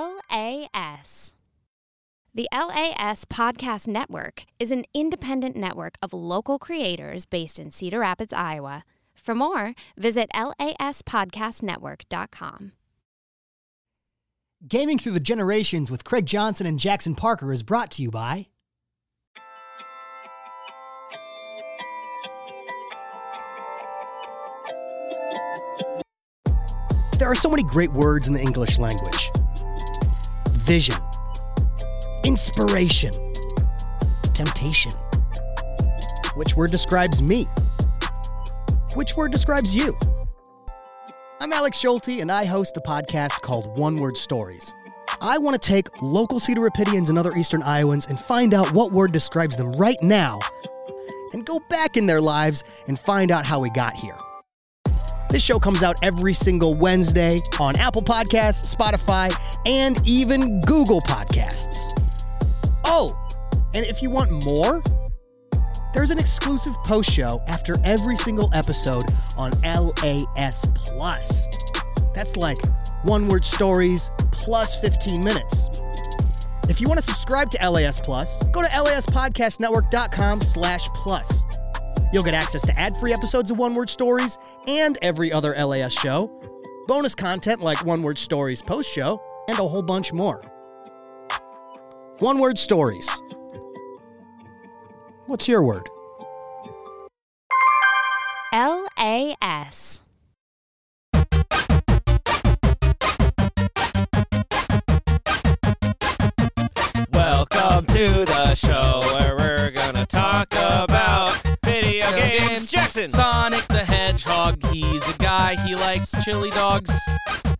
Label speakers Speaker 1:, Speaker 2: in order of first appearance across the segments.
Speaker 1: LAS. The LAS Podcast Network is an independent network of local creators based in Cedar Rapids, Iowa. For more, visit laspodcastnetwork.com.
Speaker 2: Gaming Through the Generations with Craig Johnson and Jackson Parker is brought to you by There are so many great words in the English language vision, inspiration, temptation. Which word describes me? Which word describes you? I'm Alex Schulte, and I host the podcast called One Word Stories. I want to take local Cedar Rapidians and other Eastern Iowans and find out what word describes them right now and go back in their lives and find out how we got here. This show comes out every single Wednesday on Apple Podcasts, Spotify, and even Google Podcasts. Oh, and if you want more, there's an exclusive post show after every single episode on LAS Plus. That's like one word stories plus 15 minutes. If you want to subscribe to LAS Plus, go to laspodcastnetwork.com slash plus. You'll get access to ad-free episodes of One Word Stories and every other LAS show, bonus content like One Word Stories post-show, and a whole bunch more. One Word Stories. What's your word?
Speaker 1: LAS.
Speaker 3: Welcome to the show where we're gonna talk about video
Speaker 4: Video
Speaker 3: games. Jackson,
Speaker 4: Sonic the Hedgehog. He's a guy. He likes chili dogs.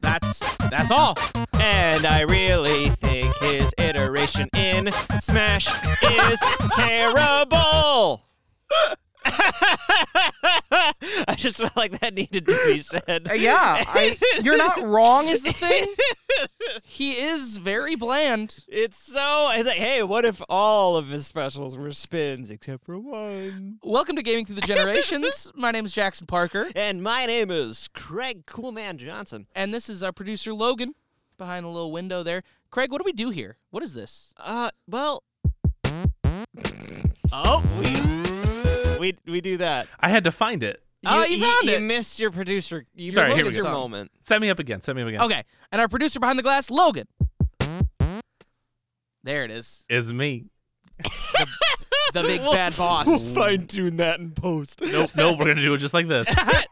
Speaker 4: That's that's all.
Speaker 3: and I really think his iteration in Smash is terrible. I just felt like that needed to be said.
Speaker 4: Yeah, I, you're not wrong. Is the thing. He is very bland.
Speaker 3: It's so. It's like, hey, what if all of his specials were spins except for one?
Speaker 4: Welcome to Gaming Through the Generations. My name's Jackson Parker,
Speaker 3: And my name is Craig Coolman Johnson.
Speaker 4: and this is our producer Logan behind a little window there. Craig, what do we do here? What is this?
Speaker 3: Uh, well. Oh, we we we do that.
Speaker 5: I had to find it.
Speaker 4: Oh, you found
Speaker 3: Ah, you
Speaker 4: it.
Speaker 3: missed your producer. You
Speaker 5: Sorry,
Speaker 3: missed
Speaker 5: here we
Speaker 3: your
Speaker 4: go.
Speaker 3: moment.
Speaker 5: Set me up again. Set me up again.
Speaker 4: Okay, and our producer behind the glass, Logan. There it is,
Speaker 5: Is me.
Speaker 4: the big bad boss.
Speaker 3: fine tune that in post.
Speaker 5: Nope, nope. We're gonna do it just like this.
Speaker 3: I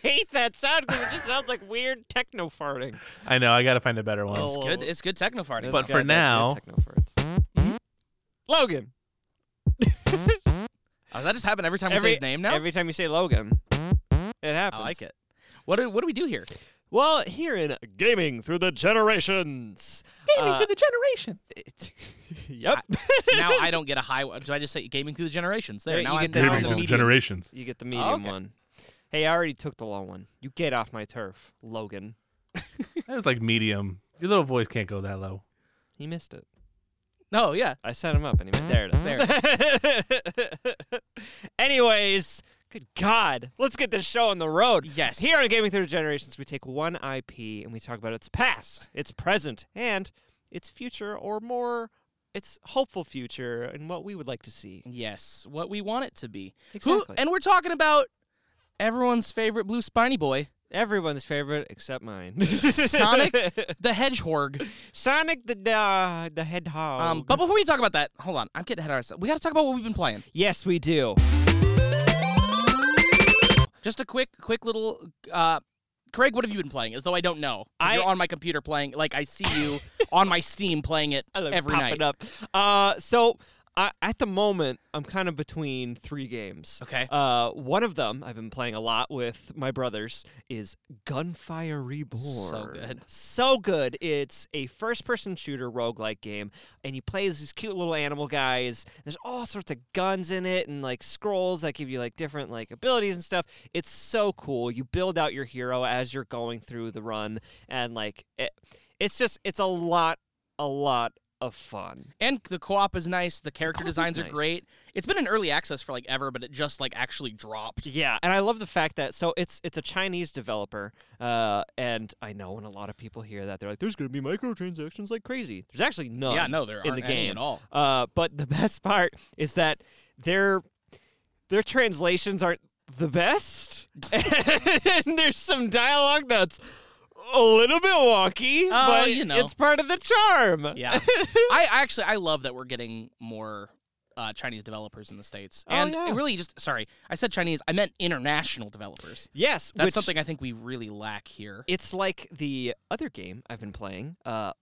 Speaker 3: hate that sound because it just sounds like weird techno farting.
Speaker 5: I know. I gotta find a better one.
Speaker 3: Oh.
Speaker 4: It's good. It's good techno farting.
Speaker 5: But- for now-
Speaker 3: techno farts. Hmm? Logan.
Speaker 4: Oh, that just happened every time we
Speaker 3: Every-
Speaker 4: say his name now.
Speaker 3: Every time you say Logan, it happens.
Speaker 4: I like it. What do, what do we do here?
Speaker 3: Well, here in gaming through the generations. uh,
Speaker 5: the generation.
Speaker 3: it- yep.
Speaker 4: Now I don't get a high. Do I just say gaming through the generations? There,
Speaker 3: Yeah,
Speaker 4: now
Speaker 3: you
Speaker 4: I'm
Speaker 3: get the
Speaker 4: down
Speaker 3: wrong
Speaker 4: to
Speaker 5: Gaming
Speaker 3: one.
Speaker 5: through the
Speaker 4: medium.
Speaker 5: generations.
Speaker 3: You get the medium
Speaker 4: Oh, okay.
Speaker 3: one. Hey, I already took the long one. You get off my turf, Logan.
Speaker 5: That was like medium. Your little voice can't go that low.
Speaker 3: He missed it.
Speaker 4: No, Oh, yeah.
Speaker 3: I set him up and he went, there it is. Anyways, good God. Let's get this show on the road.
Speaker 4: Yes.
Speaker 3: Here on Gaming Through the Generations, we take one IP and we talk about its past, its present, and its future, or more, its hopeful future and what we would like to see.
Speaker 4: Yes, what we want it to be.
Speaker 3: Exactly.
Speaker 4: and we're talking about everyone's favorite blue spiny boy,
Speaker 3: Everyone's favorite except mine.
Speaker 4: Sonic? the hedgehog.
Speaker 3: Sonic the uh, the Hedgehog.
Speaker 4: Um, but before we talk about that, hold on. I'm getting ahead of ourselves. We got to talk about what we've been playing.
Speaker 3: yes, we do.
Speaker 4: Just a quick, quick little. Uh, Craig, what have you been playing? As though I don't know. 'Cause you're
Speaker 3: I-
Speaker 4: on my computer playing. Like I see you on my Steam playing it
Speaker 3: I love
Speaker 4: every
Speaker 3: popping
Speaker 4: night.
Speaker 3: up. Uh, so I, at the moment, I'm kind of between three games.
Speaker 4: Okay.
Speaker 3: Uh, one of them I've been playing a lot with my brothers is Gunfire Reborn.
Speaker 4: good.
Speaker 3: So good. It's a first person shooter roguelike game, and you play as these cute little animal guys. There's all sorts of guns in it and like scrolls that give you like different like abilities and stuff. It's so cool. You build out your hero as you're going through the run, and like it, it's just it's a lot a lot of fun.
Speaker 4: And the co-op is nice. The character
Speaker 3: co-op is
Speaker 4: designs
Speaker 3: nice.
Speaker 4: are great. It's been in early access for like ever, but it just like actually dropped.
Speaker 3: Yeah, and I love the fact that so it's it's a Chinese developer, uh, and I know when a lot of people hear that they're like, "There's gonna be microtransactions like crazy." There's actually none.
Speaker 4: yeah, no, there aren't
Speaker 3: in the
Speaker 4: any
Speaker 3: game
Speaker 4: at all.
Speaker 3: Uh, but the best part is that their their translations aren't the best, and there's some dialogue that's a little bit wonky,
Speaker 4: Oh,
Speaker 3: but
Speaker 4: you know.
Speaker 3: it's part of the charm.
Speaker 4: Yeah, I I actually I love that we're getting more uh, Chinese developers in the states,
Speaker 3: Oh,
Speaker 4: and
Speaker 3: yeah.
Speaker 4: it really just sorry, I said Chinese, I meant international developers.
Speaker 3: Yes,
Speaker 4: That's
Speaker 3: which-
Speaker 4: something I think we really lack here.
Speaker 3: It's like the other game I've been playing, uh,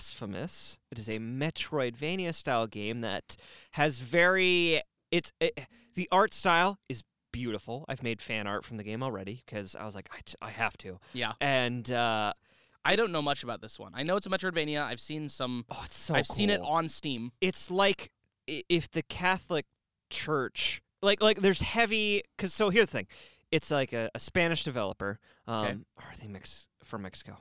Speaker 3: Blasphemous. It is a Metroidvania style game that has very. It's it, the art style is beautiful. I've made fan art from the game already because I was like, I, t- I have to.
Speaker 4: Yeah.
Speaker 3: And uh,
Speaker 4: I don't know much about this one. I know it's a Metroidvania. I've seen some.
Speaker 3: oh, it's so.
Speaker 4: I've seen it
Speaker 3: cool.
Speaker 4: on Steam.
Speaker 3: It's like i- if the Catholic Church, like like there's heavy. Cause so here's the thing, it's like a, a Spanish developer. Um,
Speaker 4: Okay.
Speaker 3: Are they mix from Mexico?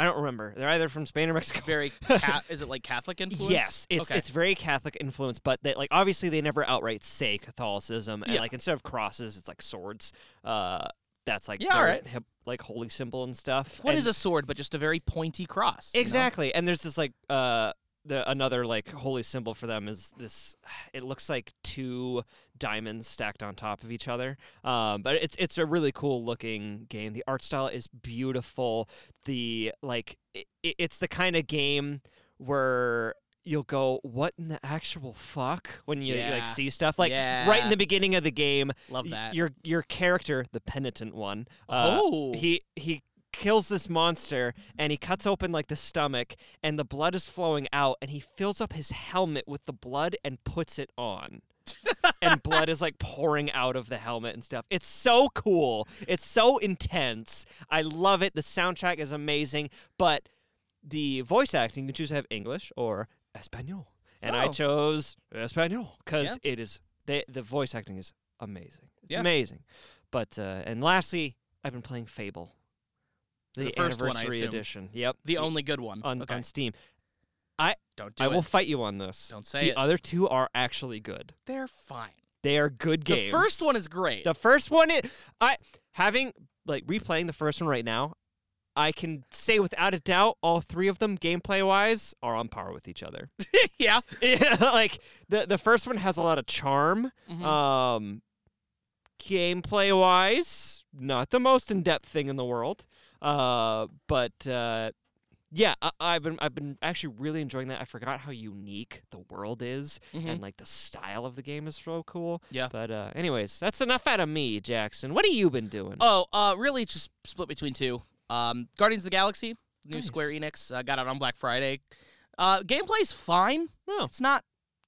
Speaker 3: I don't remember. They're either from Spain or Mexico.
Speaker 4: Very cat. is it like Catholic influence?
Speaker 3: Yes, it's
Speaker 4: okay.
Speaker 3: it's very Catholic influence, but they, like obviously they never outright say Catholicism, and
Speaker 4: Yeah.
Speaker 3: like instead of crosses, it's like swords. Uh, that's like
Speaker 4: Yeah,
Speaker 3: their
Speaker 4: alright.
Speaker 3: hip- like holy symbol and stuff.
Speaker 4: What
Speaker 3: and
Speaker 4: is a sword, but just a very pointy cross? you know?
Speaker 3: exactly? And there's this like uh the another like holy symbol for them is this. It looks like two diamonds stacked on top of each other. Um, but it's it's a really cool looking game. The art style is beautiful. The like i i- it's the kind of game where you'll go, what in the actual fuck when you, you,
Speaker 4: Yeah.
Speaker 3: like see stuff like right in
Speaker 4: Yeah.
Speaker 3: the beginning of the game.
Speaker 4: Love
Speaker 3: y-
Speaker 4: that.
Speaker 3: Your your character, the penitent one. uh,
Speaker 4: oh,
Speaker 3: he he kills this monster and he cuts open like the stomach and the blood is flowing out and he fills up his helmet with the blood and puts it on and blood is like pouring out of the helmet and stuff it's so cool it's so intense i love it the soundtrack is amazing but the voice acting you can choose to have english or espanol and i
Speaker 4: Oh.
Speaker 3: chose espanol because it is they, the voice acting is amazing it's
Speaker 4: Yeah.
Speaker 3: amazing but uh, and lastly I've been playing Fable.
Speaker 4: The first one, I
Speaker 3: anniversary
Speaker 4: assume.
Speaker 3: edition. Yep.
Speaker 4: the only good one.
Speaker 3: on,
Speaker 4: okay,
Speaker 3: on Steam.
Speaker 4: don't do
Speaker 3: I
Speaker 4: it.
Speaker 3: will fight you on this.
Speaker 4: Don't
Speaker 3: the
Speaker 4: say it.
Speaker 3: other two are actually good.
Speaker 4: They're fine.
Speaker 3: They are good games.
Speaker 4: The first one is great.
Speaker 3: The first one is I having like replaying the first one right now, I can say without a doubt all three of them gameplay wise are on par with each other.
Speaker 4: yeah.
Speaker 3: Yeah, like the the first one has a lot of charm.
Speaker 4: Mm-hmm.
Speaker 3: Um, gameplay wise, not the most in depth thing in the world. Uh, but uh, yeah, I, I've been I've been actually really enjoying that. I forgot how unique the world is,
Speaker 4: Mhm.
Speaker 3: and like the style of the game is so cool.
Speaker 4: Yeah.
Speaker 3: But uh, anyways, that's enough out of me, Jackson. What have you been doing?
Speaker 4: Oh, uh, really, just split between two. Um, Guardians of the Galaxy, new
Speaker 3: Nice.
Speaker 4: Square Enix, uh, got out on Black Friday. Uh, gameplay's fine.
Speaker 3: Oh.
Speaker 4: It's not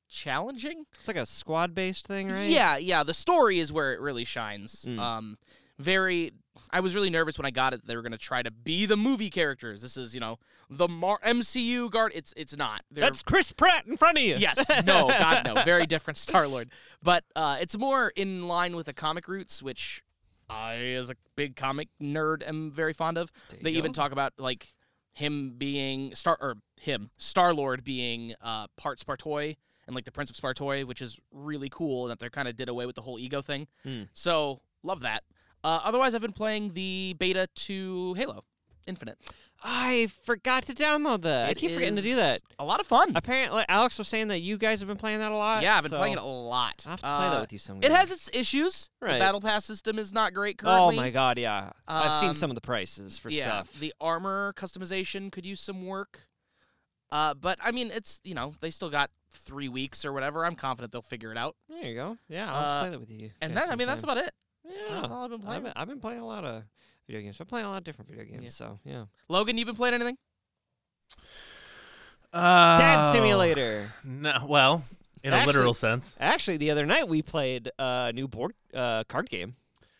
Speaker 4: challenging.
Speaker 3: It's like a squad based thing, right?
Speaker 4: Yeah, yeah. The story is where it really shines.
Speaker 3: Mm.
Speaker 4: Um, very. I was really nervous when I got it. that They were gonna try to be the movie characters. This is, you know, the Mar- MCU guard. It's, it's not. They're-
Speaker 3: That's Chris Pratt in front of you.
Speaker 4: Yes. No. God, no. Very different Star Lord. But uh, it's more in line with the comic roots, which I, as a big comic nerd, am very fond of.
Speaker 3: There you
Speaker 4: They even
Speaker 3: go.
Speaker 4: talk about like him being Star or him Star Lord being uh, part Spartoi and like the Prince of Spartoi, which is really cool. And that they kind of did away with the whole ego thing.
Speaker 3: Hmm.
Speaker 4: So love that. Uh, otherwise, I've been playing the beta to Halo Infinite.
Speaker 3: I forgot to download that. I
Speaker 4: It
Speaker 3: keep forgetting to do
Speaker 4: is
Speaker 3: that.
Speaker 4: A lot of fun.
Speaker 3: Apparently, Alex was saying that you guys have been playing that a lot.
Speaker 4: Yeah, I've been playing it
Speaker 3: so
Speaker 4: a lot.
Speaker 3: I'll have to play
Speaker 4: Uh,
Speaker 3: that with you sometime.
Speaker 4: It has its issues.
Speaker 3: Right.
Speaker 4: The battle pass system is not great
Speaker 3: Oh
Speaker 4: currently.
Speaker 3: my god, yeah. I've seen
Speaker 4: Um,
Speaker 3: some of the prices for
Speaker 4: yeah,
Speaker 3: stuff.
Speaker 4: The armor customization could use some work. Uh, but I mean, it's you know they still got three weeks or whatever. I'm confident they'll figure it out.
Speaker 3: there you go. Yeah, I'll have to play that with you.
Speaker 4: uh, And
Speaker 3: guys
Speaker 4: that I mean that's
Speaker 3: sometime.
Speaker 4: about it.
Speaker 3: yeah.
Speaker 4: That's all I've been
Speaker 3: I've,
Speaker 4: playing.
Speaker 3: been, I've been playing a lot of video games. I'm playing a lot of different video games.
Speaker 4: Yeah.
Speaker 3: So yeah.
Speaker 4: Logan, you been playing anything?
Speaker 5: Uh,
Speaker 3: Dad Simulator.
Speaker 5: No, well, in a
Speaker 3: Actually-
Speaker 5: literal sense,
Speaker 3: Actually, the other night we played a new board uh, card game.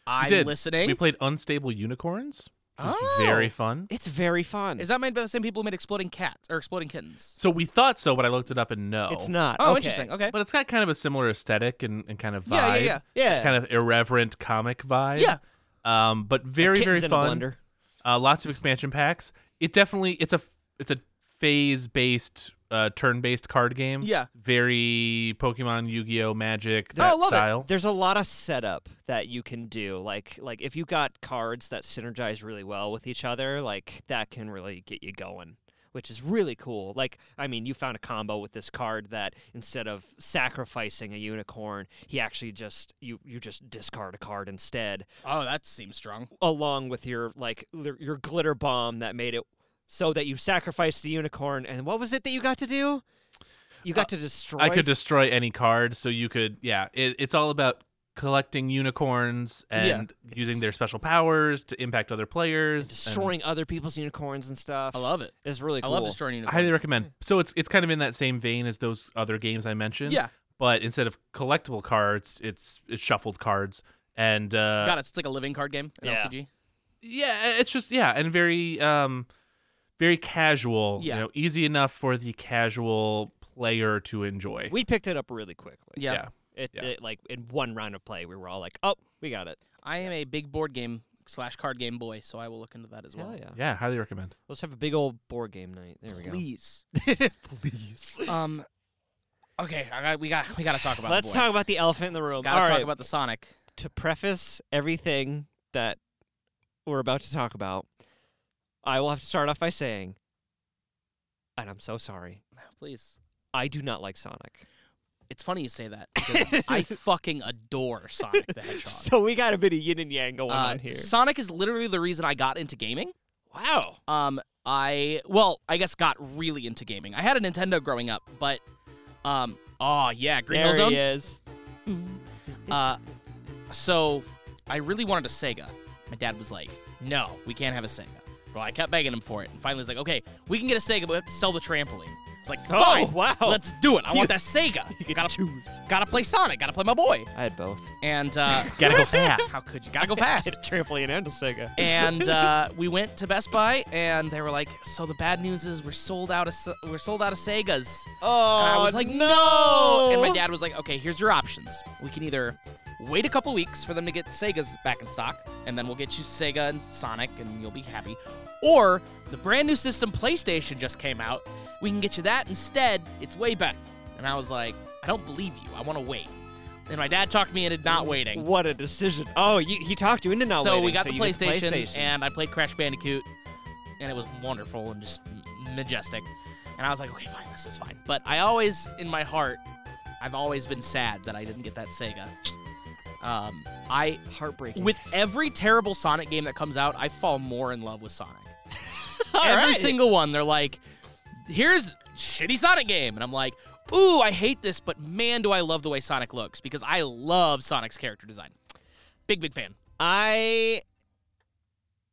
Speaker 4: I'm
Speaker 5: did.
Speaker 4: listening.
Speaker 5: we played Unstable Unicorns. It was
Speaker 4: oh.
Speaker 5: very fun.
Speaker 3: It's very fun.
Speaker 4: Is that made by the same people who made Exploding Cats or Exploding Kittens?
Speaker 5: So we thought so, but I looked it up and no,
Speaker 3: It's not.
Speaker 4: Oh,
Speaker 3: okay.
Speaker 4: interesting. Okay.
Speaker 5: But it's got kind of a similar aesthetic and, and kind of vibe,
Speaker 4: Yeah, yeah, yeah.
Speaker 3: Yeah.
Speaker 5: kind of irreverent comic vibe.
Speaker 4: Yeah.
Speaker 5: Um, but very very
Speaker 3: Kittens in a
Speaker 5: fun.
Speaker 3: blender.
Speaker 5: uh, lots of expansion packs. It definitely it's a it's a phase based uh, uh, turn-based card game.
Speaker 4: Yeah.
Speaker 5: Very Pokemon, Yu-Gi-Oh, Magic.
Speaker 4: Oh,
Speaker 5: That
Speaker 4: love it.
Speaker 5: style.
Speaker 3: There's a lot of setup that you can do. Like like if you got cards that synergize really well with each other, like that can really get you going. Which is really cool. Like, I mean, you found a combo with this card that instead of sacrificing a unicorn, he actually just you you just discard a card instead,
Speaker 4: Oh, that seems strong.
Speaker 3: along with your like l- your glitter bomb that made it so that you sacrificed the unicorn. And what was it that you got to do?
Speaker 4: Uh,
Speaker 3: You got to destroy.
Speaker 5: I could
Speaker 3: s-
Speaker 5: destroy any card, so you could. Yeah, it, it's all about collecting unicorns
Speaker 4: Yeah.
Speaker 5: and using their special powers to impact other players. and-
Speaker 3: destroying other people's unicorns and stuff.
Speaker 4: I love it.
Speaker 3: It's really
Speaker 4: I
Speaker 3: cool.
Speaker 4: love destroying
Speaker 5: I
Speaker 4: unicorns.
Speaker 5: highly recommend. So it's it's kind of in that same vein as those other games I mentioned.
Speaker 4: Yeah,
Speaker 5: But instead of collectible cards, it's it's shuffled cards, and uh,
Speaker 4: got it. It's like a living card game. An
Speaker 3: Yeah.
Speaker 4: LCG.
Speaker 5: yeah, it's just yeah, and very um, very casual.
Speaker 4: Yeah.
Speaker 5: You know, easy enough for the casual player to enjoy.
Speaker 3: We picked it up really quickly.
Speaker 4: Yeah.
Speaker 5: Yeah.
Speaker 3: It,
Speaker 5: Yeah.
Speaker 3: it like in one round of play, we were all like, "Oh, we got it."
Speaker 4: I am a big board game slash card game boy, so I will look into that as well.
Speaker 3: yeah.
Speaker 5: yeah, highly recommend.
Speaker 3: Let's have a big old board game night. There we
Speaker 4: Please.
Speaker 3: go. Please.
Speaker 4: um. Okay, I got, we got we got to talk about.
Speaker 3: Let's
Speaker 4: the boy.
Speaker 3: talk about the elephant in the room.
Speaker 4: Gotta
Speaker 3: All
Speaker 4: talk
Speaker 3: right,
Speaker 4: about the Sonic.
Speaker 3: to preface everything that we're about to talk about, I will have to start off by saying, and I'm so sorry,
Speaker 4: Please.
Speaker 3: I do not like Sonic.
Speaker 4: It's funny you say that. because I fucking adore Sonic the Hedgehog.
Speaker 3: So we got a bit of yin and yang going
Speaker 4: Uh,
Speaker 3: on here.
Speaker 4: Sonic is literally the reason I got into gaming.
Speaker 3: wow.
Speaker 4: Um, I well, I guess got really into gaming. I had a Nintendo growing up, but um, oh yeah, Green
Speaker 3: there
Speaker 4: Hill Zone.
Speaker 3: he is. Mm-hmm.
Speaker 4: Uh, so I really wanted a Sega. My dad was like, "No, we can't have a Sega." Well, I kept begging him for it, and finally he's like, "Okay, we can get a Sega, but we have to sell the trampoline." I was like,
Speaker 3: Oh,
Speaker 4: "Fine,
Speaker 3: wow.
Speaker 4: let's do it. I want that Sega.
Speaker 3: You get
Speaker 4: gotta
Speaker 3: to choose.
Speaker 4: gotta play Sonic. Gotta play my boy."
Speaker 3: I had both.
Speaker 4: And uh,
Speaker 5: Gotta go fast.
Speaker 4: how could you? Gotta go fast.
Speaker 3: Hit a trampoline and a Sega.
Speaker 4: and uh, we went to Best Buy, and they were like, "So the bad news is we're sold out of Se- we're sold out of Segas."
Speaker 3: oh,
Speaker 4: and I was like, "No!" And my dad was like, "Okay, here's your options. We can either wait a couple weeks for them to get Segas back in stock, and then we'll get you Sega and Sonic, and you'll be happy, or the brand new system PlayStation just came out. We can get you that instead. It's way better." And I was like, "I don't believe you. I want to wait." And my dad talked me into not waiting.
Speaker 3: What a decision! Oh, you, he talked you into not
Speaker 4: so
Speaker 3: waiting,
Speaker 4: we got the,
Speaker 3: you get
Speaker 4: PlayStation,
Speaker 3: PlayStation.
Speaker 4: and I played Crash Bandicoot, and it was wonderful and just m- majestic. And I was like, okay, fine, this is fine. But I always, in my heart, I've always been sad that I didn't get that Sega. Um, I
Speaker 3: heartbreaking.
Speaker 4: with every terrible Sonic game that comes out, I fall more in love with Sonic.
Speaker 3: All
Speaker 4: every
Speaker 3: right.
Speaker 4: single one, they're like, here's shitty Sonic game, and I'm like. Ooh, I hate this, but man, do I love the way Sonic looks because I love Sonic's character design. Big, big fan.
Speaker 3: I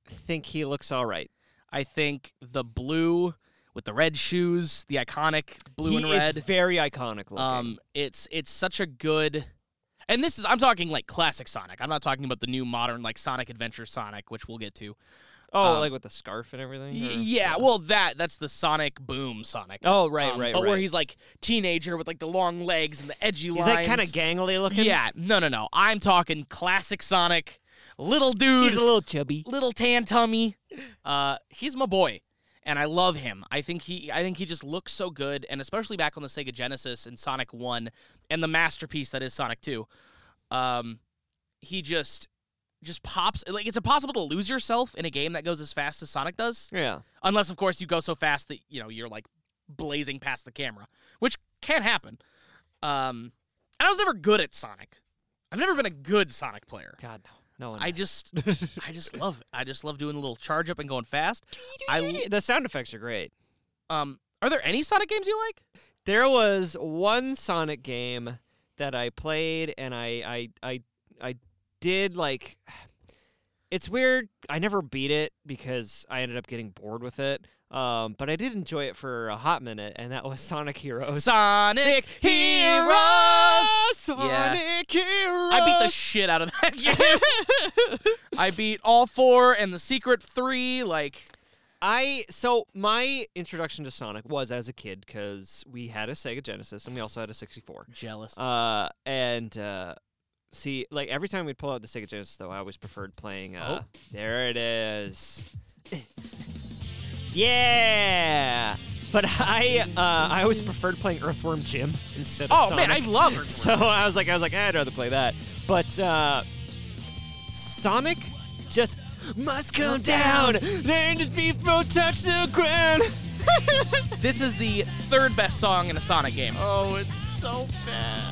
Speaker 3: think he looks all right.
Speaker 4: I think the blue with the red shoes, the iconic blue
Speaker 3: he
Speaker 4: and red.
Speaker 3: is very iconic looking.
Speaker 4: um, it's it's such a good, and this is I'm talking like classic Sonic. I'm not talking about the new modern like Sonic Adventure Sonic, which we'll get to.
Speaker 3: oh,
Speaker 4: um,
Speaker 3: like with the scarf and everything.
Speaker 4: Y-
Speaker 3: or-
Speaker 4: yeah, well that that's the Sonic Boom Sonic.
Speaker 3: Oh, right,
Speaker 4: Um,
Speaker 3: right,
Speaker 4: But
Speaker 3: right.
Speaker 4: where he's like teenager with like the long legs and the edgy
Speaker 3: he's like
Speaker 4: lines.
Speaker 3: kind of gangly looking.
Speaker 4: Yeah, no, no, no. I'm talking classic Sonic, little dude.
Speaker 3: he's a little chubby.
Speaker 4: little tan tummy. Uh, he's my boy, and I love him. I think he, I think he just looks so good, and especially back on the Sega Genesis and Sonic One, and the masterpiece that is Sonic Two. Um, he just, just pops. Like it's impossible to lose yourself in a game that goes as fast as Sonic does,
Speaker 3: Yeah,
Speaker 4: unless of course you go so fast that you know you're like blazing past the camera, which can happen. Um, and I was never good at Sonic. I've never been a good Sonic player.
Speaker 3: God no, no one.
Speaker 4: I
Speaker 3: is.
Speaker 4: just I just love it. I just love doing a little charge up and going fast. I
Speaker 3: the sound effects are great.
Speaker 4: um are there any Sonic games you like?
Speaker 3: There was one Sonic game that I played and I I I I did like it's weird. I never beat it because I ended up getting bored with it. Um, but I did enjoy it for a hot minute, and that was Sonic Heroes.
Speaker 4: Sonic
Speaker 3: Sonic Heroes.
Speaker 4: I beat the shit out of that game. I beat all four and the secret three. Like
Speaker 3: I so my introduction to Sonic was as a kid because we had a Sega Genesis and we also had a 64.
Speaker 4: jealous.
Speaker 3: Uh, and uh, see, like every time we'd pull out the Sega Genesis, though, I always preferred playing. Uh, There it is. yeah, But I uh, I always preferred playing Earthworm Jim instead of
Speaker 4: Oh
Speaker 3: Sonic.
Speaker 4: man, I love Earthworm.
Speaker 3: So I was like, I was like, I'd rather play that. But uh, Sonic just must go down. Then the thief won't touch the ground.
Speaker 4: This is the third best song in a Sonic game.
Speaker 3: oh, it's so bad.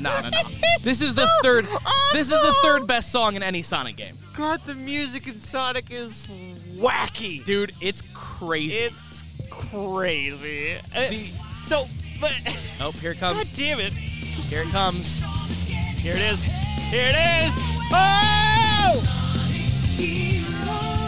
Speaker 4: No, no, no. This is the third.
Speaker 3: Oh,
Speaker 4: This is the third best song in any Sonic game,
Speaker 3: God, the music in Sonic is wacky.
Speaker 4: dude. It's crazy.
Speaker 3: It's crazy. Uh,
Speaker 4: The-
Speaker 3: so, but
Speaker 4: oh, here it
Speaker 3: God
Speaker 4: comes.
Speaker 3: damn it!
Speaker 4: Here it comes.
Speaker 3: Here it is. Here it is. Oh!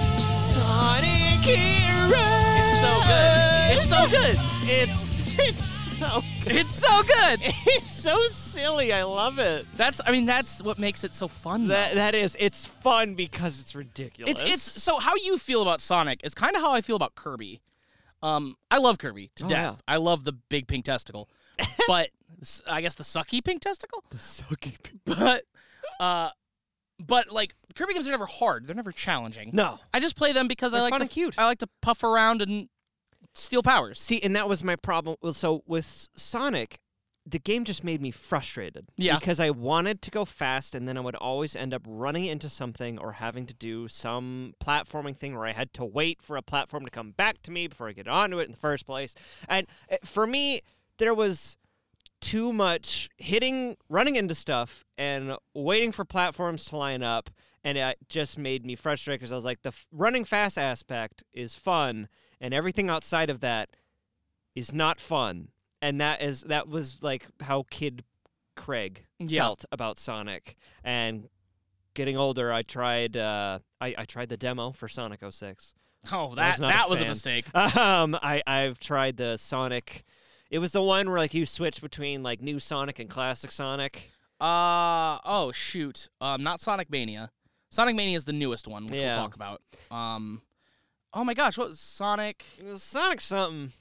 Speaker 3: Sonic
Speaker 4: It's so good. It's so good.
Speaker 3: It's it's so good.
Speaker 4: It's so good.
Speaker 3: It's so silly. I love it.
Speaker 4: That's. I mean, that's what makes it so fun. though.
Speaker 3: That that is. It's fun because it's ridiculous.
Speaker 4: It's it's so how you feel about Sonic is kind of how I feel about Kirby. Um, I love Kirby to
Speaker 3: Oh,
Speaker 4: death. I love the big pink testicle, but s- I guess the sucky pink testicle.
Speaker 3: the sucky.
Speaker 4: But, uh, but like Kirby games are never hard. They're never challenging.
Speaker 3: No.
Speaker 4: I just play them because
Speaker 3: They're
Speaker 4: I like
Speaker 3: fun
Speaker 4: to
Speaker 3: and cute.
Speaker 4: I like to puff around and steal powers.
Speaker 3: See, and that was my problem. Well, so with S- Sonic, the game just made me frustrated.
Speaker 4: Yeah.
Speaker 3: Because I wanted to go fast, and then I would always end up running into something or having to do some platforming thing where I had to wait for a platform to come back to me before I get onto it in the first place. And uh, for me, there was too much hitting, running into stuff, and waiting for platforms to line up. And it just made me frustrated because I was like, the f- running fast aspect is fun, and everything outside of that is not fun. And that is that was like how kid Craig
Speaker 4: Yeah.
Speaker 3: felt about Sonic. And getting older, I tried uh, I, I tried the demo for Sonic 06.
Speaker 4: Oh,
Speaker 3: I was
Speaker 4: that
Speaker 3: not
Speaker 4: that
Speaker 3: a
Speaker 4: was a
Speaker 3: fan.
Speaker 4: mistake.
Speaker 3: Um, I I've tried the Sonic. It was the one where like you switch between like new Sonic and classic Sonic.
Speaker 4: Uh oh shoot. Um not Sonic Mania. Sonic Mania is the newest one, which
Speaker 3: Yeah.
Speaker 4: we'll talk about. Um Oh my gosh, what was Sonic?
Speaker 3: It was Sonic something,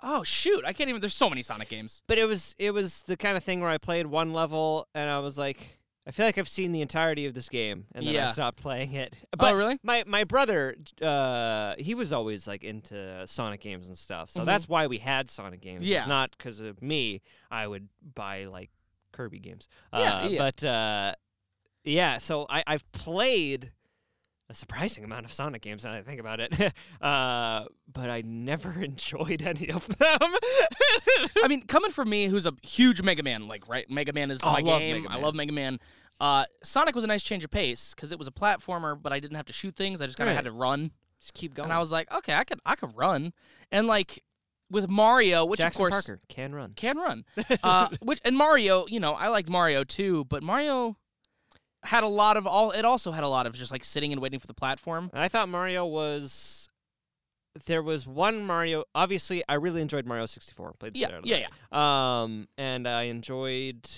Speaker 4: Oh shoot, I can't even there's so many Sonic games.
Speaker 3: but it was it was the kind of thing where I played one level and I was like, I feel like I've seen the entirety of this game, and then I
Speaker 4: Yeah. Oh,
Speaker 3: stopped playing it. But
Speaker 4: really?
Speaker 3: My my brother, uh, he was always like into Sonic games and stuff, so
Speaker 4: Mhm.
Speaker 3: that's why we had Sonic games.
Speaker 4: Yeah.
Speaker 3: It's not because of me. I would buy like Kirby games.
Speaker 4: Yeah,
Speaker 3: Uh,
Speaker 4: yeah.
Speaker 3: But uh, yeah, so I I've played a surprising amount of Sonic games now that I think about it, uh, but I never enjoyed any of them.
Speaker 4: I mean, coming from me who's a huge Mega Man like, right? Mega Man is
Speaker 3: Oh,
Speaker 4: my
Speaker 3: I love
Speaker 4: game.
Speaker 3: Mega
Speaker 4: I
Speaker 3: Man.
Speaker 4: love Mega Man. Uh, Sonic was a nice change of pace because it was a platformer, but I didn't have to shoot things. I just kind of had
Speaker 3: Right.
Speaker 4: to run,
Speaker 3: Just keep going.
Speaker 4: and I was like, okay, I could, I could run, and like with Mario, which
Speaker 3: Jackson
Speaker 4: of course
Speaker 3: Parker can run.
Speaker 4: can run. Uh, which and Mario, you know, I like Mario too, but Mario had a lot of all. It also had a lot of just like sitting and waiting for the platform.
Speaker 3: I thought Mario was. There was one Mario. Obviously, I really enjoyed Mario 64. Played the shit
Speaker 4: Yeah,
Speaker 3: out of
Speaker 4: yeah,
Speaker 3: that.
Speaker 4: yeah.
Speaker 3: Um, and I enjoyed.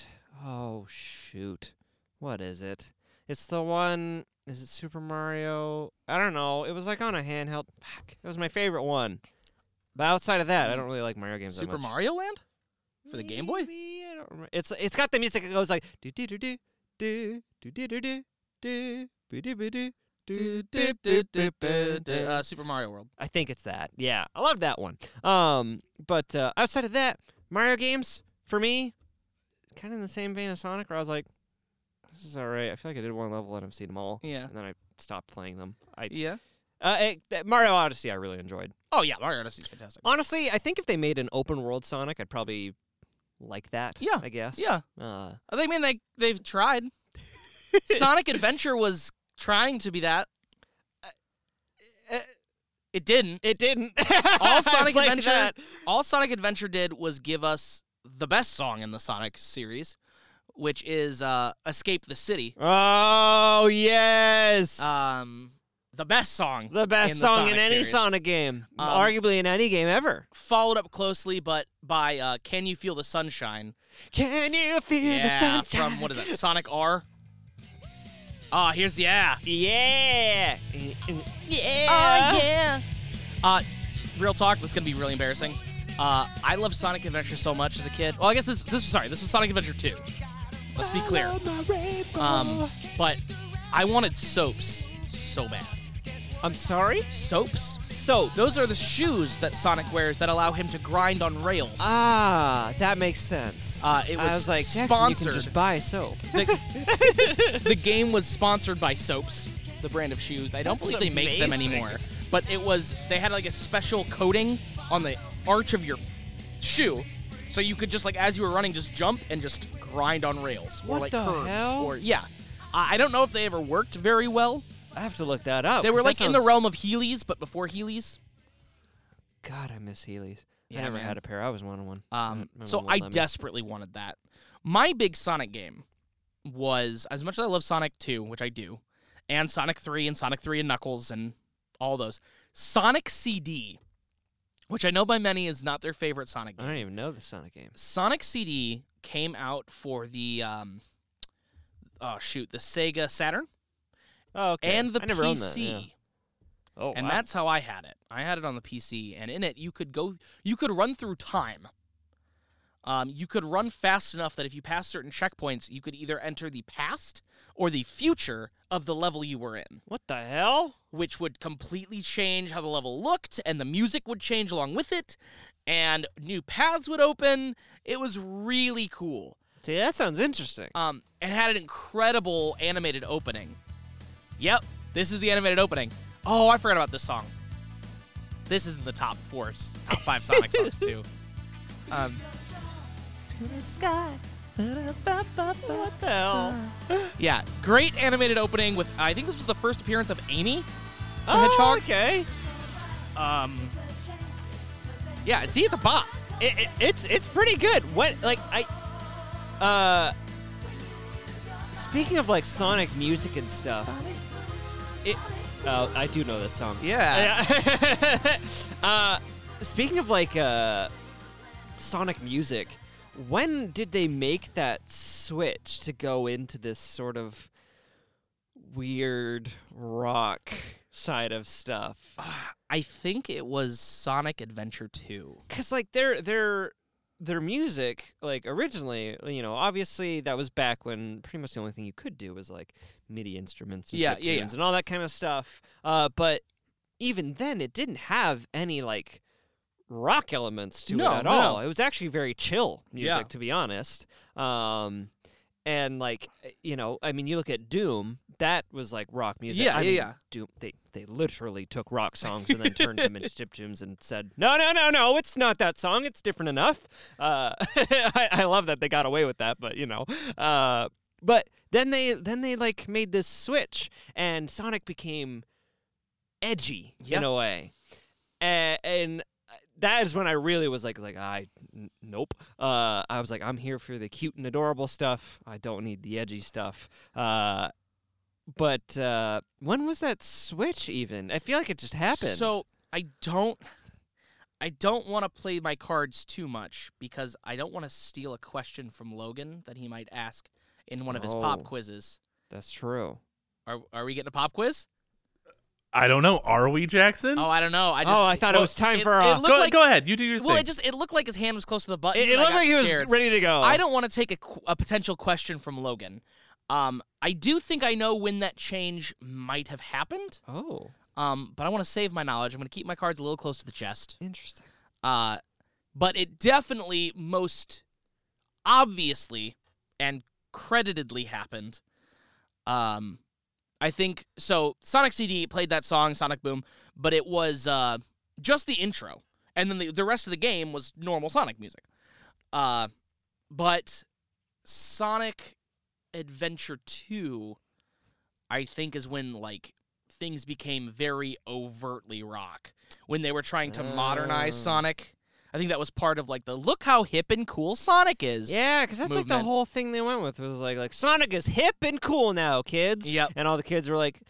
Speaker 3: Oh shoot, what is it? It's the one. Is it Super Mario? I don't know. It was like on a handheld. Fuck, it was my favorite one. But outside of that, I don't really like Mario games.
Speaker 4: Super
Speaker 3: that much.
Speaker 4: Mario Land for the Game Boy.
Speaker 3: Maybe, I don't remember. It's it's got the music. It goes like do do do do do do do do do do do do do do do do do do do.
Speaker 4: Uh, Super Mario World.
Speaker 3: I think it's that. Yeah, I love that one. Um, but uh, outside of that, Mario games for me, kind of in the same vein as Sonic, where I was like, "This is all right." I feel like I did one level and I've seen them all,
Speaker 4: Yeah.
Speaker 3: and then I stopped playing them. I
Speaker 4: Yeah.
Speaker 3: uh, it, that Mario Odyssey I really enjoyed.
Speaker 4: Oh yeah, Mario Odyssey's fantastic.
Speaker 3: Honestly, I think if they made an open world Sonic, I'd probably like that.
Speaker 4: Yeah,
Speaker 3: I guess.
Speaker 4: yeah.
Speaker 3: Uh,
Speaker 4: I think, I mean, they they've tried. Sonic Adventure was trying to be that.
Speaker 3: uh,
Speaker 4: It didn't.
Speaker 3: it didn't.
Speaker 4: All
Speaker 3: I
Speaker 4: Sonic
Speaker 3: played
Speaker 4: Adventure,
Speaker 3: that.
Speaker 4: all Sonic Adventure did was give us the best song in the Sonic series, which is uh, "Escape the City."
Speaker 3: Oh yes.
Speaker 4: Um, the best song.
Speaker 3: the best
Speaker 4: in the
Speaker 3: song in
Speaker 4: Sonic
Speaker 3: any
Speaker 4: series.
Speaker 3: Sonic game,
Speaker 4: Um,
Speaker 3: arguably in any game ever.
Speaker 4: Followed up closely, but by uh, "Can You Feel the Sunshine?"
Speaker 3: Can you feel
Speaker 4: yeah,
Speaker 3: the sunshine?
Speaker 4: from what is that? Sonic R. Ah, here's the yeah.
Speaker 3: Yeah.
Speaker 4: Mm,
Speaker 3: Yeah.
Speaker 4: Ah, yeah. Uh, real talk. That's gonna be really embarrassing. Uh, I loved Sonic Adventure so much as a kid. Well, I guess this this sorry, this was Sonic Adventure 2. Let's be Um,
Speaker 3: Oh.
Speaker 4: clear. Um, but I wanted soaps so bad.
Speaker 3: I'm sorry?
Speaker 4: Soaps.
Speaker 3: Soap.
Speaker 4: Those are the shoes that Sonic wears that allow him to grind on rails.
Speaker 3: Ah, that makes sense.
Speaker 4: Uh, it
Speaker 3: I
Speaker 4: was
Speaker 3: was like, Jackson, you
Speaker 4: sponsored.
Speaker 3: can just buy soap.
Speaker 4: The, the game was sponsored by Soaps, the brand of shoes. I don't
Speaker 3: That's
Speaker 4: believe they make them
Speaker 3: amazing.
Speaker 4: anymore. But it was they had like a special coating on the arch of your shoe, so you could just like as you were running, just jump and just grind on rails or
Speaker 3: What
Speaker 4: like
Speaker 3: the
Speaker 4: curves
Speaker 3: hell?
Speaker 4: or yeah. I I don't know if they ever worked very well.
Speaker 3: I have to look that up.
Speaker 4: They were
Speaker 3: 'cause that
Speaker 4: like in the
Speaker 3: sounds-
Speaker 4: realm of Heelys, but before Heelys.
Speaker 3: God, I miss Heelys.
Speaker 4: Yeah,
Speaker 3: I never
Speaker 4: man.
Speaker 3: had a pair. I was one on one.
Speaker 4: Um,
Speaker 3: My- my
Speaker 4: so
Speaker 3: mom won't
Speaker 4: I
Speaker 3: let me.
Speaker 4: desperately wanted that. My big Sonic game was as much as I love Sonic 2, which I do, and Sonic 3 and Sonic 3 and Knuckles and all those. Sonic CD, which I know by many is not their favorite Sonic
Speaker 3: I
Speaker 4: game.
Speaker 3: don't even know the Sonic game.
Speaker 4: Sonic CD came out for the um oh shoot, the Sega Saturn
Speaker 3: Oh, okay.
Speaker 4: and the
Speaker 3: I never owned that,
Speaker 4: PC.
Speaker 3: yeah. Oh,
Speaker 4: And
Speaker 3: wow.
Speaker 4: that's how I had it. I had it on the PC, and in it you could go, you could run through time. Um, you could run fast enough that if you passed certain checkpoints, you could either enter the past or the future of the level you were in,
Speaker 3: what the hell?
Speaker 4: which would completely change how the level looked, and the music would change along with it, and new paths would open. It was really cool.
Speaker 3: See, that sounds interesting.
Speaker 4: Um, and had an incredible animated opening. Yep, this is the animated opening. Oh, I forgot about this song. This is in the top four, s- top five Sonic songs too. Um,
Speaker 3: what the hell?
Speaker 4: yeah, great animated opening with I think this was the first appearance of Amy.
Speaker 3: oh,
Speaker 4: Hedgehog?
Speaker 3: Okay.
Speaker 4: Um, yeah, see, it's a bop.
Speaker 3: It, it, it's it's pretty good. What like I uh speaking of like Sonic music and stuff. It uh, I do know this song.
Speaker 4: Yeah.
Speaker 3: Yeah. uh speaking of like uh Sonic music, when did they make that switch to go into this sort of weird rock side of stuff?
Speaker 4: I think it was Sonic Adventure 2.
Speaker 3: because like their their their music like originally you know obviously that was back when pretty much the only thing you could do was like midi instruments and
Speaker 4: Yeah,
Speaker 3: chiptunes
Speaker 4: yeah, yeah.
Speaker 3: and all that kind of stuff uh, but even then it didn't have any like rock elements to
Speaker 4: No,
Speaker 3: it at
Speaker 4: no.
Speaker 3: all it was actually very chill music
Speaker 4: Yeah.
Speaker 3: to be honest um and like eh, you know i mean you look at doom that was like rock music
Speaker 4: Yeah,
Speaker 3: I
Speaker 4: yeah,
Speaker 3: mean,
Speaker 4: yeah.
Speaker 3: Doom, they they literally took rock songs and then turned them into chip tunes and said, no, no, no, no, it's not that song. It's different enough. Uh, I, I love that they got away with that, but you know. Uh, but then they then they like made this switch, and Sonic became edgy in
Speaker 4: Yeah.
Speaker 3: a way, and, and that is when I really was like, like I n- nope. Uh, I was like, I'm here for the cute and adorable stuff. I don't need the edgy stuff. Uh, but uh, when was that switch even? I feel like it just happened.
Speaker 4: So I don't, I don't want to play my cards too much because I don't want to steal a question from Logan that he might ask in one of his
Speaker 3: Oh.
Speaker 4: pop quizzes.
Speaker 3: that's true.
Speaker 4: Are, are we getting a pop quiz?
Speaker 5: I don't know. Are we, Jackson?
Speaker 4: Oh, I don't know. I just,
Speaker 3: oh, I thought it
Speaker 4: well,
Speaker 3: was time
Speaker 4: it-
Speaker 3: for
Speaker 4: it
Speaker 3: a.
Speaker 4: looked
Speaker 5: go,
Speaker 4: like-
Speaker 5: go ahead. You do your
Speaker 4: Well,
Speaker 5: thing.
Speaker 4: it just it looked like his hand was close to the button.
Speaker 3: it, it
Speaker 4: and uh, I
Speaker 3: looked
Speaker 4: got
Speaker 3: like he was oh.
Speaker 4: scared.
Speaker 3: ready to go.
Speaker 4: I don't want to take a, qu- a potential question from Logan. Um, I do think I know when that change might have happened.
Speaker 3: Oh,
Speaker 4: Um, but I want to save my knowledge. I'm going to keep my cards a little close to the chest.
Speaker 3: interesting.
Speaker 4: Uh, but it definitely most obviously and creditedly happened. Um, I think so. Sonic CD played that song, Sonic Boom, but it was uh, just the intro, and then the, the rest of the game was normal Sonic music. Uh, but Sonic Adventure 2, I think, is when like things became very overtly rock when they were trying to modernize
Speaker 3: Oh.
Speaker 4: Sonic. I think that was part of like the look how hip and cool Sonic is.
Speaker 3: Yeah, because that's like the
Speaker 4: movement.
Speaker 3: whole thing they went with was like like Sonic is hip and cool now, kids.
Speaker 4: Yep.
Speaker 3: And all the kids were like,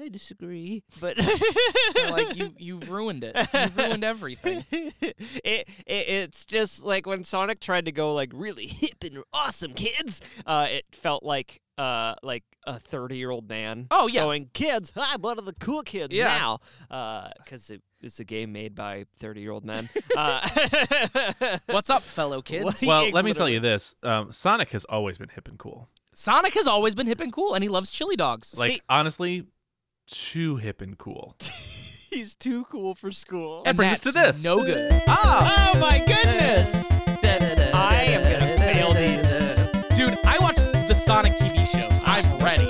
Speaker 3: I disagree, but
Speaker 4: They're like you you've ruined it. You've ruined everything.
Speaker 3: it, it it's just like when Sonic tried to go like really hip and awesome kids, uh, it felt like uh like a thirty year old man.
Speaker 4: Oh yeah.
Speaker 3: Going, kids, I'm one of the cool kids
Speaker 4: Yeah.
Speaker 3: now. Because it, it's a game made by 30 year old men. uh,
Speaker 4: What's up, fellow kids?
Speaker 5: well, let me tell you this. Um, Sonic has always been hip and cool.
Speaker 4: Sonic has always been hip and cool, and he loves chili dogs.
Speaker 5: Like
Speaker 3: See-
Speaker 5: honestly, too hip and cool.
Speaker 3: He's too cool for school.
Speaker 5: That brings us
Speaker 4: that's
Speaker 5: to this.
Speaker 4: No good. Oh,
Speaker 3: Oh my goodness! I am gonna fail these.
Speaker 4: dude, I watch the Sonic TV shows. I'm ready.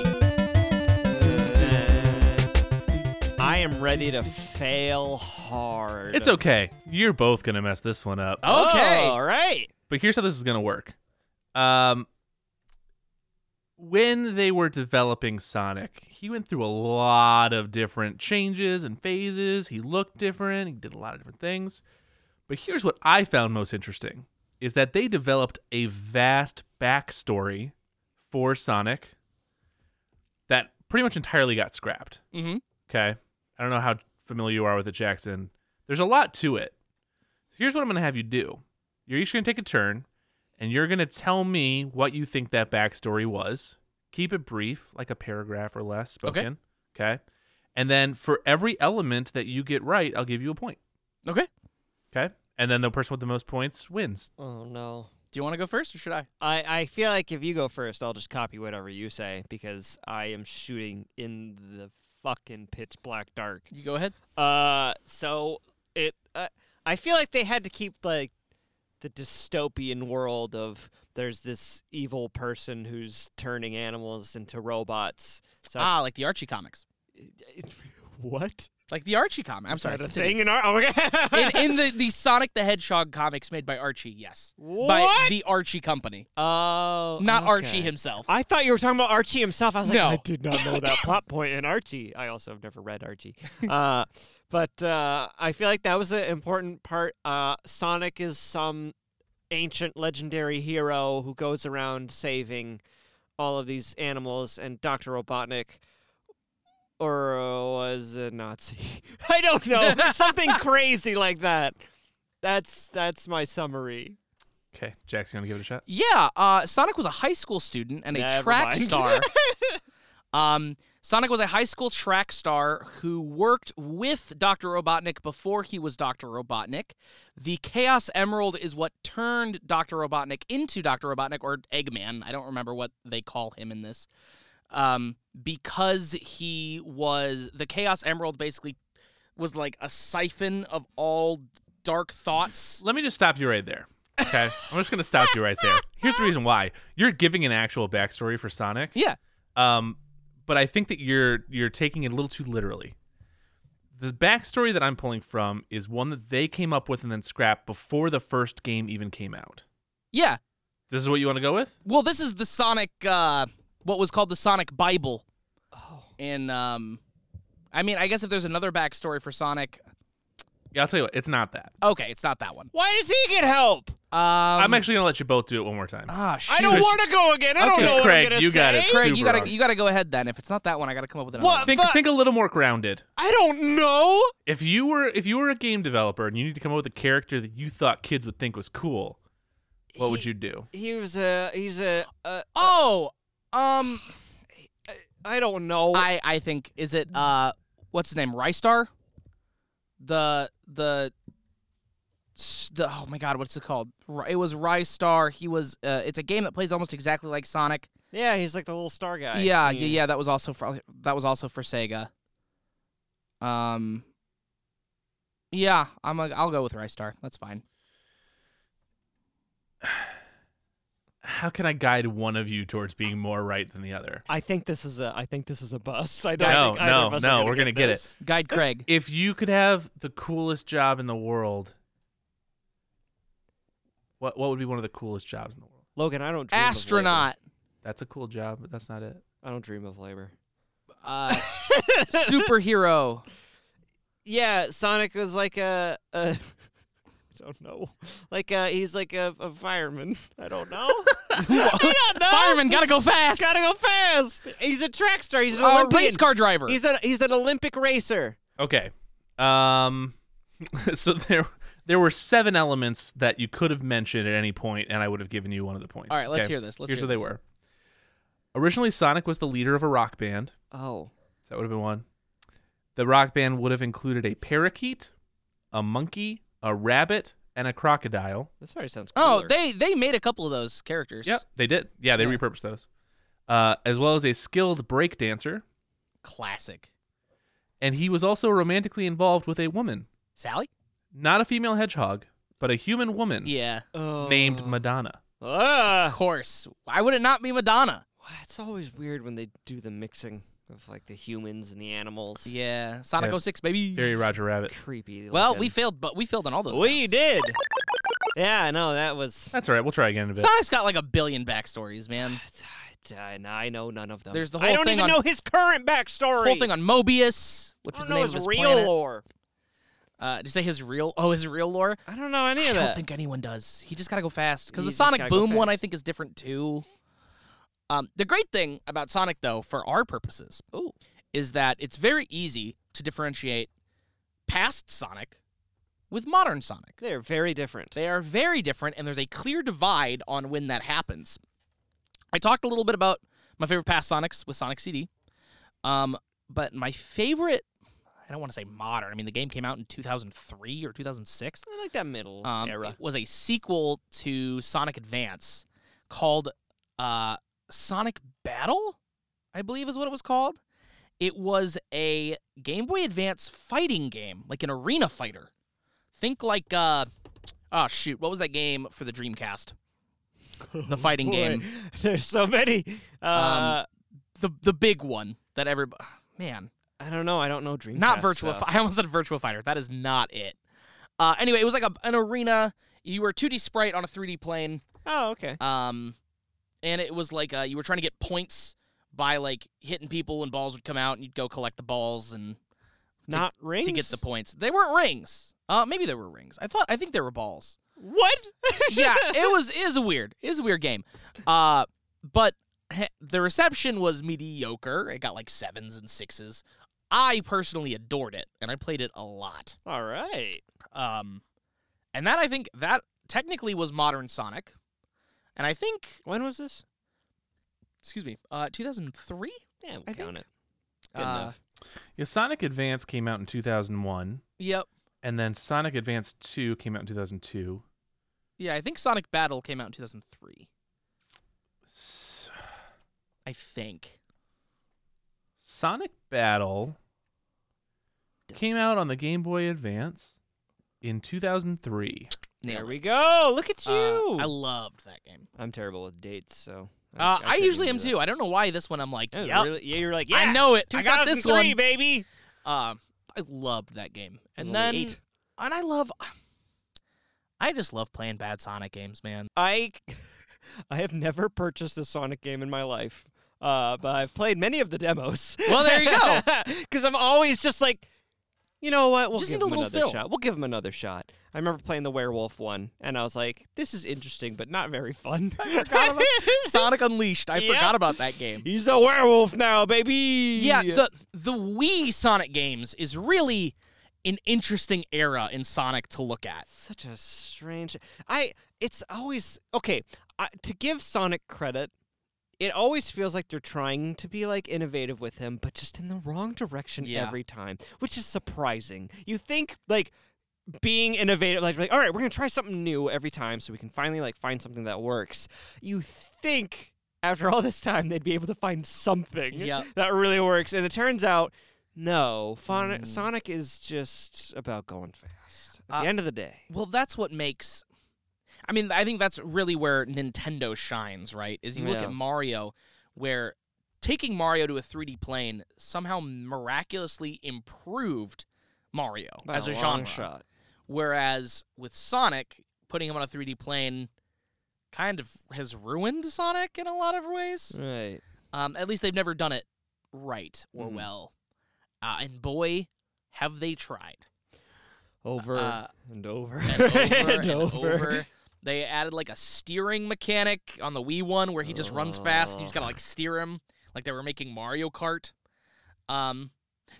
Speaker 3: I am ready to fail hard.
Speaker 5: It's okay. You're both gonna mess this one up.
Speaker 4: Okay.
Speaker 3: All right.
Speaker 5: But here's how this is going to work. Um, when they were developing Sonic, he went through a lot of different changes and phases. He looked different. He did a lot of different things. But here's what I found most interesting is that they developed a vast backstory for Sonic that pretty much entirely got scrapped.
Speaker 4: Mm-hmm.
Speaker 5: Okay. I don't know how familiar you are with it, Jackson. There's a lot to it. Here's what I'm going to have you do you're each going to take a turn, and you're going to tell me what you think that backstory was. Keep it brief, like a paragraph or less spoken. Okay. And then for every element that you get right, I'll give you a point.
Speaker 4: Okay.
Speaker 5: Okay. And then the person with the most points wins.
Speaker 3: Oh no.
Speaker 4: Do you want to go first or should I?
Speaker 3: I, I feel like if you go first, I'll just copy whatever you say because I am shooting in the fucking pitch black dark.
Speaker 4: You go ahead.
Speaker 3: Uh, so it uh, I feel like they had to keep like the dystopian world of there's this evil person who's turning animals into robots. So
Speaker 4: Ah, like the Archie comics.
Speaker 3: what?
Speaker 4: Like the Archie comic. I'm sorry.
Speaker 3: Is that a
Speaker 4: continue.
Speaker 3: thing in our oh, okay.
Speaker 4: in, in the, the Sonic the Hedgehog comics made by Archie, yes.
Speaker 3: what?
Speaker 4: By the Archie Company.
Speaker 3: oh,
Speaker 4: Not Archie
Speaker 3: okay.
Speaker 4: himself.
Speaker 3: I thought you were talking about Archie himself. I was like, I
Speaker 4: No.
Speaker 3: did not know that plot point in Archie. I also have never read Archie. Uh, but uh, I feel like that was an important part. Uh, Sonic is some ancient legendary hero who goes around saving all of these animals, and Dr. Robotnik. Or was a Nazi? I don't know. Something crazy like that. That's that's my summary.
Speaker 5: Okay. Jackson, you want to give it a shot?
Speaker 4: Yeah, uh, Sonic was a high school student and a
Speaker 3: Never
Speaker 4: track
Speaker 3: mind.
Speaker 4: star. um, Sonic was a high school track star who worked with Dr. Robotnik before he was Dr. Robotnik. The Chaos Emerald is what turned Dr. Robotnik into Dr. Robotnik or Eggman. I don't remember what they call him in this. Um, because he was the Chaos Emerald basically was like a siphon of all dark thoughts.
Speaker 5: Let me just stop you right there. Okay. I'm just going to stop you right there. Here's the reason why you're giving an actual backstory for Sonic.
Speaker 4: Yeah.
Speaker 5: Um, but I think that you're you're taking it a little too literally. The backstory that I'm pulling from is one that they came up with and then scrapped before the first game even came out.
Speaker 4: Yeah.
Speaker 5: This is what you want to go with?
Speaker 4: Well, this is the Sonic, uh, what was called the Sonic Bible.
Speaker 3: Oh.
Speaker 4: And, um, I mean, I guess if there's another backstory for Sonic,
Speaker 5: Yeah, I'll tell you what. It's not that.
Speaker 4: okay, it's not that one.
Speaker 3: Why does he get help?
Speaker 4: Um,
Speaker 5: I'm actually gonna let you both do it one more time.
Speaker 4: Ah, shoot.
Speaker 3: I don't
Speaker 5: Chris-
Speaker 3: want to go again. I don't
Speaker 5: Okay,
Speaker 3: know what
Speaker 5: Craig,
Speaker 3: I'm gonna
Speaker 5: you
Speaker 3: say.
Speaker 5: got it.
Speaker 4: Craig, you
Speaker 5: Super
Speaker 4: gotta
Speaker 5: wrong.
Speaker 4: you gotta go ahead then. If it's not that one, I gotta come up with another.
Speaker 3: What?
Speaker 4: one.
Speaker 5: think
Speaker 3: fuck.
Speaker 5: think a little more grounded.
Speaker 3: I don't know.
Speaker 5: If you were if you were a game developer and you need to come up with a character that you thought kids would think was cool, what would
Speaker 3: He-
Speaker 5: you do?
Speaker 3: He was a. He's a. a
Speaker 4: Oh, um,
Speaker 3: I don't know.
Speaker 4: I I think is it uh, what's his name, Rystar? The the s- the oh my god, what's it called? Ry- It was Rystar. He was. Uh, it's a game that plays almost exactly like Sonic.
Speaker 3: yeah, he's like the little star guy.
Speaker 4: yeah, yeah, yeah. That was also for that was also for Sega. Um. Yeah, I'm. A, I'll go with Rystar. That's fine.
Speaker 5: How can I guide one of you towards being more right than the other?
Speaker 3: I think this is a. I think this is a bust. I don't.
Speaker 5: No,
Speaker 3: think either
Speaker 5: no,
Speaker 3: of us
Speaker 5: no,
Speaker 3: Are gonna
Speaker 5: we're gonna
Speaker 3: get
Speaker 5: get it.
Speaker 3: this.
Speaker 4: Guide Craig.
Speaker 5: If you could have the coolest job in the world, what what would be one of the coolest jobs in the world?
Speaker 3: Logan, I don't. Dream
Speaker 4: Astronaut.
Speaker 5: That's a cool job, but that's not it.
Speaker 3: Of labor. I don't dream of labor.
Speaker 4: Uh, superhero.
Speaker 3: Yeah, Sonic was like a. a I don't know. Like uh, he's like a, a fireman. I don't know. I don't know.
Speaker 4: Fireman. Gotta go fast.
Speaker 3: Gotta go fast. He's a track star. He's an
Speaker 4: Uh,
Speaker 3: Olympian.
Speaker 4: race car driver.
Speaker 3: He's an he's an Olympic racer.
Speaker 5: Okay. Um so there there were seven elements that you could have mentioned at any point and I would have given you one of the points.
Speaker 4: All right, let's
Speaker 5: Okay,
Speaker 4: hear this. Let's
Speaker 5: Here's
Speaker 4: hear
Speaker 5: what
Speaker 4: this.
Speaker 5: they were. Originally Sonic was the leader of a rock band.
Speaker 3: Oh.
Speaker 5: So that would have been one. The rock band would have included a parakeet, a monkey, a rabbit, and a crocodile.
Speaker 3: This already sounds cool.
Speaker 4: Oh, they they made a couple of those characters.
Speaker 5: Yep, they did. Yeah, they
Speaker 4: Yeah.
Speaker 5: repurposed those, uh, as well as a skilled break dancer,
Speaker 4: Classic.
Speaker 5: and he was also romantically involved with a woman,
Speaker 4: Sally?
Speaker 5: not a female hedgehog, but a human woman
Speaker 4: Yeah.
Speaker 5: Oh. named Madonna.
Speaker 4: Of
Speaker 3: Ah.
Speaker 4: course. Why would it not be Madonna?
Speaker 3: Why, It's always weird when they do the mixing of like the humans and the animals.
Speaker 4: Yeah. Sonic
Speaker 5: Yeah.
Speaker 4: 06, baby.
Speaker 5: Very Roger Rabbit.
Speaker 3: Creepy.
Speaker 4: Well,
Speaker 3: looking.
Speaker 4: we failed, but we failed on all those.
Speaker 3: We
Speaker 4: counts.
Speaker 3: did. Yeah, no, that was.
Speaker 5: That's all right. We'll try again in a bit.
Speaker 4: Sonic's got like a billion backstories, man.
Speaker 3: And I know none of them.
Speaker 4: There's the
Speaker 3: I
Speaker 4: whole
Speaker 3: don't
Speaker 4: thing
Speaker 3: even
Speaker 4: on-
Speaker 3: know his current backstory.
Speaker 4: Whole thing on Mobius, which
Speaker 3: I
Speaker 4: was
Speaker 3: don't
Speaker 4: the
Speaker 3: know
Speaker 4: name
Speaker 3: his
Speaker 4: of his
Speaker 3: real
Speaker 4: planet.
Speaker 3: lore.
Speaker 4: Uh, did you say his real? Oh, his real lore.
Speaker 3: I don't know any
Speaker 4: I
Speaker 3: of
Speaker 4: don't
Speaker 3: that.
Speaker 4: think anyone does. He just gotta go fast because
Speaker 3: You
Speaker 4: the
Speaker 3: just
Speaker 4: Sonic
Speaker 3: gotta go
Speaker 4: Boom one I
Speaker 3: fast.
Speaker 4: think is different too. Um, the great thing about Sonic though, for our purposes,
Speaker 3: Ooh.
Speaker 4: is that it's very easy to differentiate past Sonic with modern Sonic.
Speaker 3: They're very different.
Speaker 4: They are very different, and there's a clear divide on when that happens. I talked a little bit about my favorite past Sonics with Sonic CD, um, but my favorite, I don't want to say modern. I mean, the game came out in 2003 or 2006.
Speaker 3: I like that middle
Speaker 4: Um,
Speaker 3: era.
Speaker 4: It was a sequel to Sonic Advance called uh, Sonic Battle, I believe is what it was called. It was a Game Boy Advance fighting game, like an arena fighter. Think like, uh, oh shoot, what was that game for the Dreamcast? The fighting
Speaker 3: Boy,
Speaker 4: game, Um,
Speaker 3: There's so many. Uh,
Speaker 4: the the big one that every man,
Speaker 3: I don't know. I don't know Dreamcast.
Speaker 4: not virtual.
Speaker 3: stuff.
Speaker 4: Fi- I almost said virtual fighter. That is not it. Uh, anyway, it was like a, an arena. You were a 2D sprite on a 3D plane.
Speaker 3: Oh, okay.
Speaker 4: Um, and it was like uh, you were trying to get points by like hitting people, and balls would come out, and you'd go collect the balls and
Speaker 3: Not rings.
Speaker 4: to get the points. They weren't rings. Uh, maybe there were rings. I thought I think there were balls.
Speaker 3: what?
Speaker 4: yeah, it was it is a weird it is a weird game. Uh, but heh, the reception was mediocre. It got like sevens and sixes. I personally adored it, and I played it a lot.
Speaker 3: All right.
Speaker 4: Um, and that I think that technically was modern Sonic, and I think
Speaker 3: When was this?
Speaker 4: excuse me, uh, 2003.
Speaker 3: Yeah, we'll
Speaker 4: I
Speaker 3: count
Speaker 4: think-
Speaker 3: it. Good
Speaker 4: Uh,
Speaker 3: enough.
Speaker 5: Yeah, Sonic Advance came out in 2001,
Speaker 4: Yep.
Speaker 5: and then Sonic Advance 2 came out in 2002.
Speaker 4: Yeah, I think Sonic Battle came out in 2003.
Speaker 5: S-
Speaker 4: I think.
Speaker 5: Sonic Battle came out on the Game Boy Advance in 2003.
Speaker 3: There
Speaker 4: Nailed it.
Speaker 3: we go. Look at
Speaker 4: Uh,
Speaker 3: you.
Speaker 4: I loved that game.
Speaker 3: I'm terrible with dates, so.
Speaker 4: Uh, I,
Speaker 3: couldn't
Speaker 4: usually
Speaker 3: do
Speaker 4: am
Speaker 3: that.
Speaker 4: too. I don't know why this one I'm like,
Speaker 3: That was
Speaker 4: yep,
Speaker 3: really- yeah, you're like, yeah,
Speaker 4: I know it. I got this
Speaker 3: 2003,
Speaker 4: one.
Speaker 3: baby.
Speaker 4: Uh, I loved that game.
Speaker 3: I was
Speaker 4: And
Speaker 3: only
Speaker 4: then,
Speaker 3: eight.
Speaker 4: and I love, I just love playing bad Sonic games, man.
Speaker 3: I, I have never purchased a Sonic game in my life, uh, but I've played many of the demos.
Speaker 4: Well, there you go.
Speaker 3: Because I'm always just like, you know what? We'll
Speaker 4: Just
Speaker 3: give
Speaker 4: need a
Speaker 3: him
Speaker 4: little
Speaker 3: another
Speaker 4: fill.
Speaker 3: shot. We'll give him another shot. I remember playing the werewolf one, and I was like, this is interesting, but not very fun.
Speaker 4: Sonic Unleashed. I
Speaker 3: Yep.
Speaker 4: forgot about that game.
Speaker 3: He's a werewolf now, baby.
Speaker 4: Yeah, the the Wii Sonic games is really an interesting era in Sonic to look at.
Speaker 3: such a strange i it's always okay I, to give sonic credit it always feels like they're trying to be like innovative with him but just in the wrong direction
Speaker 4: Yeah.
Speaker 3: every time which is surprising you think like being innovative like, like all right we're gonna try something new every time so we can finally like find something that works you think after all this time they'd be able to find something
Speaker 4: Yep.
Speaker 3: that really works and it turns out no Fon-
Speaker 4: Mm.
Speaker 3: sonic is just about going fast at
Speaker 4: Uh,
Speaker 3: the end of the day
Speaker 4: Well, that's what makes. I mean, I think that's really where Nintendo shines, right? Is you look
Speaker 3: Yeah.
Speaker 4: at Mario, where taking Mario to a 3D plane somehow miraculously improved Mario
Speaker 3: By
Speaker 4: as a,
Speaker 3: long
Speaker 4: genre. Whereas with Sonic, putting him on a 3D plane kind of has ruined Sonic in a lot of ways.
Speaker 3: Right.
Speaker 4: Um, at least they've never done it right or
Speaker 3: Mhm.
Speaker 4: well. Uh, and boy, have they tried.
Speaker 3: Over
Speaker 4: Uh,
Speaker 3: and over
Speaker 4: and over and over. They added like a steering mechanic on the Wii one where he just runs fast and you just gotta like steer him, like they were making Mario Kart. Um,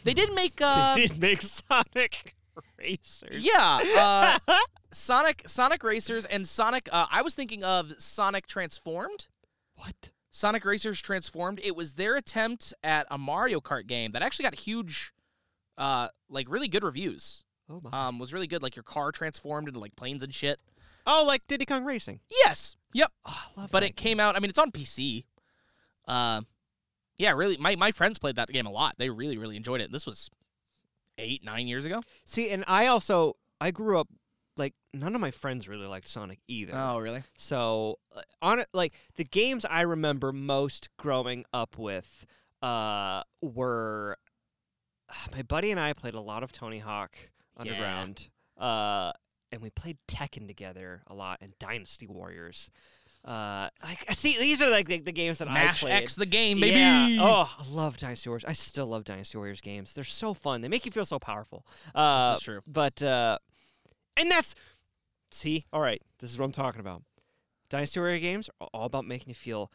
Speaker 4: they did make uh,
Speaker 3: they did make Sonic Racers.
Speaker 4: yeah, uh, Sonic Sonic Racers and Sonic. Uh, I was thinking of Sonic Transformed.
Speaker 3: What?
Speaker 4: Sonic Racers Transformed. It was their attempt at a Mario Kart game that actually got huge, uh, like really good reviews.
Speaker 3: Oh my.
Speaker 4: Um, was really good. Like your car transformed into like planes and shit.
Speaker 3: oh, like Diddy Kong Racing.
Speaker 4: Yes. Yep.
Speaker 3: Oh, I love
Speaker 4: but
Speaker 3: that
Speaker 4: it
Speaker 3: game.
Speaker 4: came out. I mean, it's on PC. Uh, yeah, really. My my friends played that game a lot. They really really enjoyed it. This was eight, nine years ago.
Speaker 3: See, and I also I grew up like none of my friends really liked Sonic either.
Speaker 4: really?
Speaker 3: So uh, on it, like the games I remember most growing up with uh, were uh, my buddy and I played a lot of Tony Hawk
Speaker 4: Yeah.
Speaker 3: Underground, uh, and we played Tekken together a lot and Dynasty Warriors. Uh, like see, these are like the, the games that
Speaker 4: Mash
Speaker 3: I played.
Speaker 4: X the game, baby.
Speaker 3: Yeah. Oh, I love Dynasty Warriors. I still love Dynasty Warriors games. They're so fun. They make you feel so powerful. Uh,
Speaker 4: This is true.
Speaker 3: But uh, and that's see, all right. This is what I'm talking about. Dynasty Warrior games are all about making you feel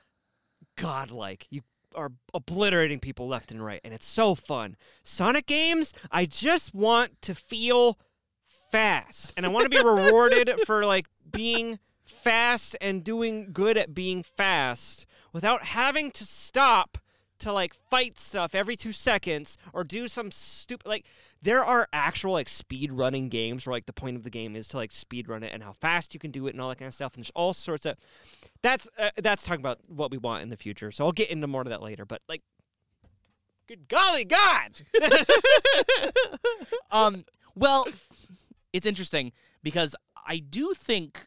Speaker 3: godlike. You are obliterating people left and right, and it's so fun. Sonic games, I just want to feel fast, and I want to be rewarded for like being fast and doing good at being fast without having to stop to like fight stuff every two seconds or do some stupid like there are actual like speed running games where like the point of the game is to like speed run it and how fast you can do it and all that kind of stuff and there's all sorts of that's uh, that's talking about what we want in the future so i'll get into more of that later but like good golly god
Speaker 4: Um, well, it's interesting because I do think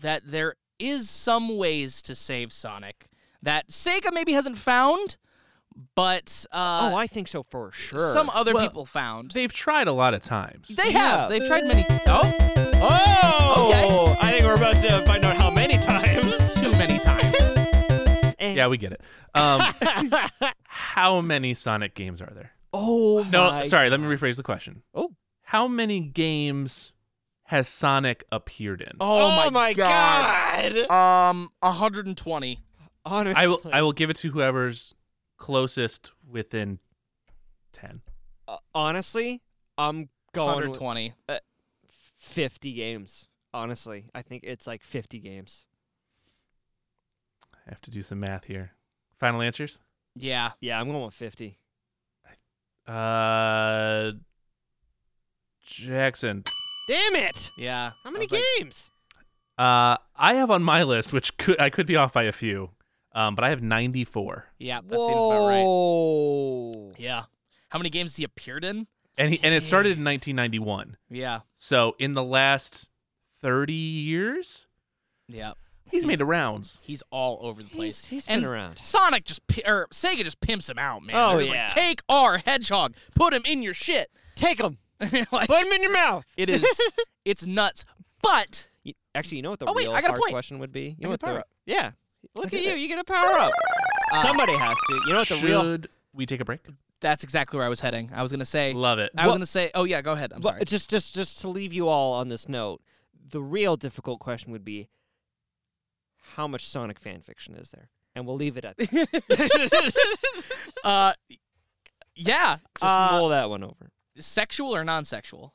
Speaker 4: that there is some ways to save Sonic that Sega maybe hasn't found, but uh,
Speaker 3: oh i think so for sure
Speaker 4: some other
Speaker 5: Well,
Speaker 4: people found.
Speaker 5: They've tried a lot of times.
Speaker 4: They have. They've tried many. Oh,
Speaker 3: oh i think we're about to find out how many times
Speaker 4: too many times.
Speaker 5: yeah, we get it. Um, how many Sonic games are there?
Speaker 3: oh
Speaker 5: No,
Speaker 3: my
Speaker 5: sorry, let me rephrase the question.
Speaker 3: Oh.
Speaker 5: How many games has Sonic appeared in?
Speaker 4: Oh,
Speaker 3: my, god,
Speaker 4: Um, 120.
Speaker 3: honestly
Speaker 5: I will I will give it to whoever's closest within 10.
Speaker 3: Uh, honestly i'm going with
Speaker 4: 120.
Speaker 3: 50 games honestly i think it's like 50 games
Speaker 5: I have to do some math here. Final answers?
Speaker 4: Yeah.
Speaker 3: Yeah, I'm going with 50.
Speaker 5: Uh Jackson.
Speaker 3: Damn it!
Speaker 4: Yeah.
Speaker 3: How
Speaker 4: I
Speaker 3: many
Speaker 4: was like,
Speaker 3: games?
Speaker 5: Uh I have on my list which could I could be off by a few. Um but I have 94.
Speaker 4: yeah, that seems about right.
Speaker 3: Whoa.
Speaker 4: Yeah. How many games he appeared in?
Speaker 5: And he, and it started in
Speaker 3: Jeez.
Speaker 5: 1991.
Speaker 4: Yeah.
Speaker 5: So in the last 30 years,
Speaker 4: Yeah.
Speaker 5: he's made the rounds.
Speaker 4: He's all over the place.
Speaker 3: He's, he's
Speaker 4: and
Speaker 3: been around.
Speaker 4: Sonic just pi- or Sega just pimps him out, man.
Speaker 3: Oh,
Speaker 4: They're just
Speaker 3: yeah.
Speaker 4: Like, Take our hedgehog, put him in your shit.
Speaker 3: Take them.
Speaker 4: like,
Speaker 3: Put them in your mouth.
Speaker 4: it is, it's nuts. But
Speaker 3: Actually, you know what the
Speaker 4: Oh, wait,
Speaker 3: real
Speaker 4: I got a
Speaker 3: hard
Speaker 4: point.
Speaker 3: question would be? You
Speaker 4: I
Speaker 3: know what the,
Speaker 4: get a power up.
Speaker 3: Yeah. Look at you. You get a power up.
Speaker 4: Uh,
Speaker 3: Somebody has to. You know what the
Speaker 5: Should
Speaker 3: real.
Speaker 5: we take a break?
Speaker 4: that's exactly where I was heading. I was gonna say,
Speaker 5: Love it.
Speaker 4: I was
Speaker 3: Well-
Speaker 4: gonna say, oh yeah, go ahead. I'm
Speaker 3: Well,
Speaker 4: sorry.
Speaker 3: Just, just, just to leave you all on this note, the real difficult question would be how much Sonic fan fiction is there? And we'll leave it at that.
Speaker 4: uh, yeah.
Speaker 3: Just
Speaker 4: Uh,
Speaker 3: mull that one over.
Speaker 4: sexual or non-sexual?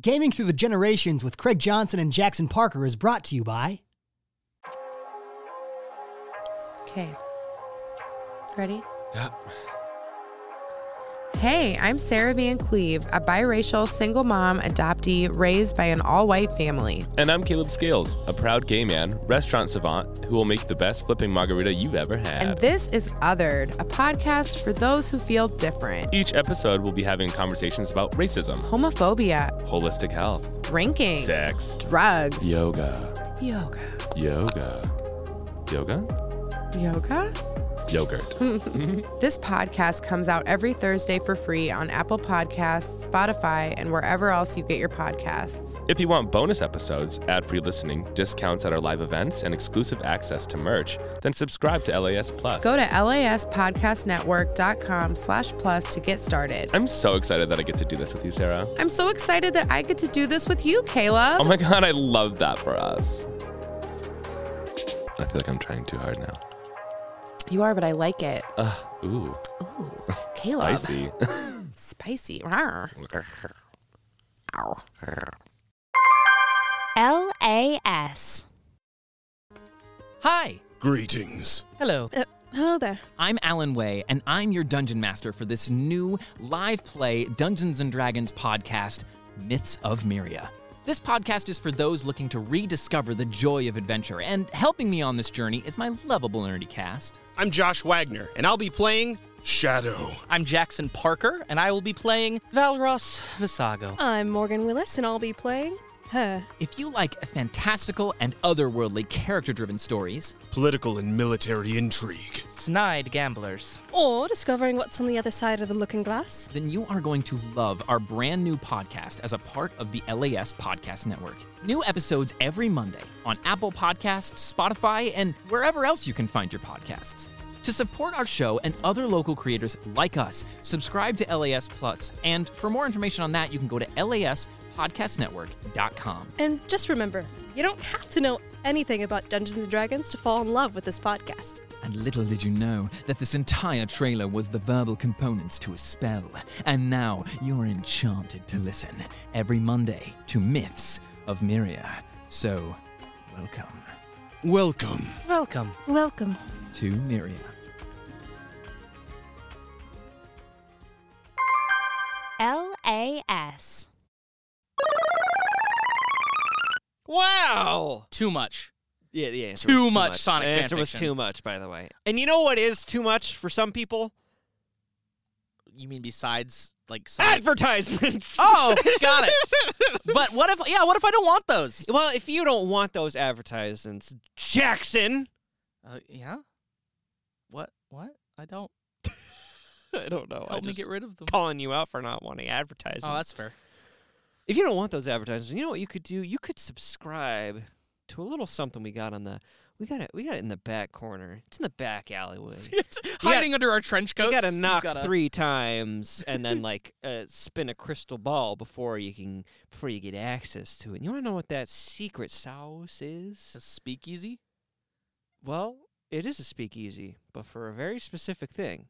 Speaker 2: Gaming Through the Generations with Craig Johnson and Jackson Parker is brought to you by
Speaker 6: Okay. Ready? Hey, I'm Sarah Van Cleve, a biracial single mom adoptee raised by an all white family.
Speaker 7: And I'm Caleb Scales, a proud gay man, restaurant savant who will make the best flipping margarita you've ever had.
Speaker 6: And this is Othered, a podcast for those who feel different.
Speaker 7: Each episode, we'll be having conversations about racism,
Speaker 6: Homophobia,
Speaker 7: holistic health,
Speaker 6: drinking,
Speaker 7: sex,
Speaker 6: drugs,
Speaker 7: yoga,
Speaker 6: yoga,
Speaker 7: yoga, yoga,
Speaker 6: yoga.
Speaker 7: yogurt.
Speaker 6: Hmm. This podcast comes out every Thursday for free on Apple Podcasts, Spotify, and wherever else you get your podcasts.
Speaker 7: if you want bonus episodes, ad free listening, discounts at our live events, and exclusive access to merch, then subscribe to LAS Plus.
Speaker 6: Go to laspodcastnetwork.com slash plus to get started.
Speaker 7: I'm so excited that I get to do this with you, Sarah.
Speaker 6: I'm so excited that I get to do this with you, Caleb.
Speaker 7: Oh my god, I love that for us. I feel like I'm trying too hard now.
Speaker 6: you are, but I like it.
Speaker 7: Uh, ooh,
Speaker 6: Ooh, Caleb.
Speaker 7: spicy.
Speaker 6: Spicy. Rawr. Ow.
Speaker 1: LAS.
Speaker 8: Hi.
Speaker 9: Greetings.
Speaker 8: Hello.
Speaker 10: Uh, Hello there.
Speaker 8: I'm Alan Way, and I'm your dungeon master for this new live play Dungeons and Dragons podcast, Myths of Myria. This podcast is for those looking to rediscover the joy of adventure, and helping me on this journey is my lovable nerdy cast.
Speaker 9: I'm Josh Wagner, and I'll be playing Shadow.
Speaker 4: I'm Jackson Parker, and I will be playing Valros Visago.
Speaker 10: I'm Morgan Willis, and I'll be playing her.
Speaker 8: If you like fantastical and otherworldly character driven stories,
Speaker 9: Political and military intrigue.
Speaker 4: Snide Gamblers.
Speaker 10: Or discovering what's on the other side of the looking glass.
Speaker 8: then you are going to love our brand new podcast as a part of the LAS Podcast Network. New episodes every Monday on Apple Podcasts, Spotify, and wherever else you can find your podcasts. To support our show and other local creators like us, subscribe to LAS Plus. And for more information on that, you can go to laspodcastnetwork.com.
Speaker 10: And just remember, you don't have to know anything about Dungeons and Dragons to fall in love with this podcast.
Speaker 8: And little did you know that this entire trailer was the verbal components to a spell. And now you're enchanted to listen every Monday to Myths of Myria. So, welcome
Speaker 9: Welcome.
Speaker 4: Welcome.
Speaker 10: Welcome.
Speaker 8: to Myria.
Speaker 1: LAS.
Speaker 3: Wow.
Speaker 4: Too much.
Speaker 3: Yeah, the answer
Speaker 4: Too
Speaker 3: was too
Speaker 4: much
Speaker 3: much,
Speaker 4: Sonic
Speaker 3: The answer
Speaker 4: fan
Speaker 3: was
Speaker 4: fiction.
Speaker 3: too much, by the way. And you know what is too much for some people?
Speaker 4: You mean besides like Sonic?
Speaker 3: Advertisements.
Speaker 4: Oh, got it. but what if? Yeah, what if I don't want those?
Speaker 3: well, if you don't want those advertisements, Jackson.
Speaker 4: Uh, yeah. What? What? I don't.
Speaker 3: Oh, I don't know.
Speaker 4: Help me get rid of them.
Speaker 3: calling you out for not wanting advertisements.
Speaker 4: Oh, that's fair.
Speaker 3: if you don't want those advertisements, you know what you could do? You could subscribe to a little something we got on the we got it we got it in the back corner. It's in the back alleyway.
Speaker 4: Hiding under our trench coats.
Speaker 3: You gotta
Speaker 4: you've
Speaker 3: knock
Speaker 4: gotta-
Speaker 3: three times and then like uh, spin a crystal ball before you can before you get access to it. And you wanna know what that secret sauce
Speaker 4: A
Speaker 3: is?
Speaker 4: speakeasy.
Speaker 3: Well, it is a speakeasy, but for a very specific thing.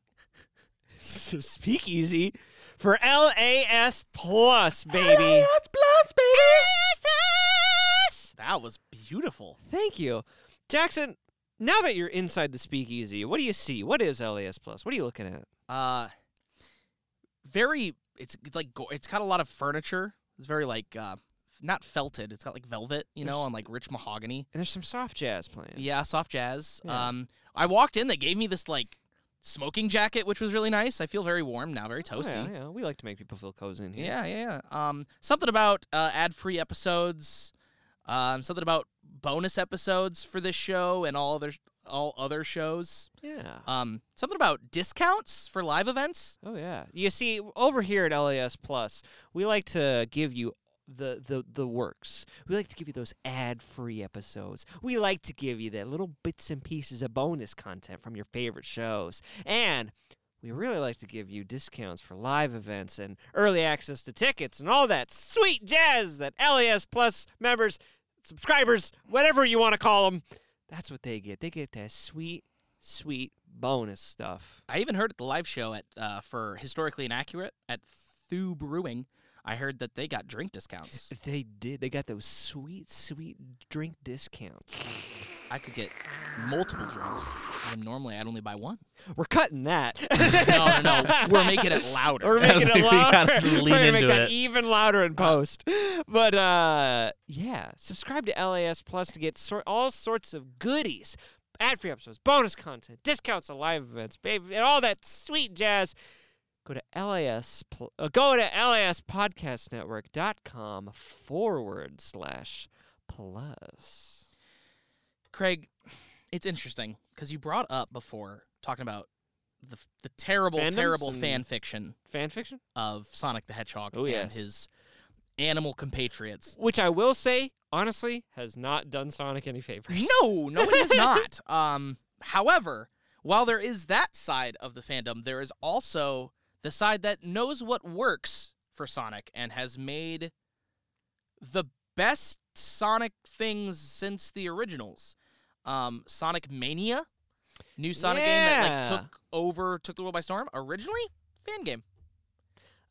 Speaker 3: It's a speakeasy for LAS Plus, baby. LAS Plus, baby.
Speaker 4: That was beautiful.
Speaker 3: Thank you, Jackson. Now that you're inside the speakeasy, what do you see? What is LAS Plus? What are you looking at?
Speaker 4: Uh, very. It's it's like go- it's got a lot of furniture. It's very like uh, not felted. It's got like velvet, you know,
Speaker 3: There's-
Speaker 4: and like rich mahogany.
Speaker 3: And there's some soft jazz playing.
Speaker 4: Yeah, soft jazz.
Speaker 3: Yeah.
Speaker 4: Um, I walked in. They gave me this like smoking jacket, which was really nice. I feel very warm now, very
Speaker 3: Oh, yeah,
Speaker 4: toasty.
Speaker 3: Yeah, we like to make people feel cozy in here.
Speaker 4: Yeah, yeah, yeah. Um, something about uh, ad-free episodes. Um, something about bonus episodes for this show and all other all other shows.
Speaker 3: yeah.
Speaker 4: Um, something about discounts for live events.
Speaker 3: Oh yeah. You see, over here at LAS Plus, we like to give you the the the works. We like to give you those ad-free episodes. We like to give you the little bits and pieces of bonus content from your favorite shows. And we really like to give you discounts for live events and early access to tickets and all that sweet jazz that LAS Plus members, subscribers, whatever you want to call them, that's what they get. They get that sweet, sweet bonus stuff.
Speaker 4: I even heard at the live show at uh, for historically inaccurate at Thu Brewing. I heard that they got drink discounts.
Speaker 3: They did. They got those sweet, sweet drink discounts.
Speaker 4: I could get multiple drinks. And normally, I'd only buy one.
Speaker 3: We're cutting that.
Speaker 4: No, no, no. We're making it louder.
Speaker 3: We're making
Speaker 5: Like, we
Speaker 3: it louder.
Speaker 5: gotta
Speaker 3: We're
Speaker 5: lean
Speaker 3: gonna make
Speaker 5: into
Speaker 3: that
Speaker 5: it.
Speaker 3: even louder in post. But uh, yeah, subscribe to LAS Plus to get sor- all sorts of goodies. Ad-free episodes, bonus content, discounts on live events, baby, and all that sweet jazz. Go to LAS. Pl- uh, go to laspodcastnetwork.com forward slash plus.
Speaker 4: Craig, it's interesting because you brought up before talking about the the terrible,
Speaker 3: Fandoms
Speaker 4: terrible
Speaker 3: and-
Speaker 4: fan fiction
Speaker 3: Fan fiction?
Speaker 4: of Sonic the Hedgehog
Speaker 3: Oh,
Speaker 4: and
Speaker 3: yes.
Speaker 4: his animal compatriots.
Speaker 3: which I will say, honestly, has not done Sonic any favors.
Speaker 4: No, no, it is not. Um, however, while there is that side of the fandom, there is also the side that knows what works for Sonic and has made the best Sonic things since the originals. Um, Sonic Mania, new Sonic game that
Speaker 3: Yeah.
Speaker 4: like took over, took the world by storm. Originally, fan game.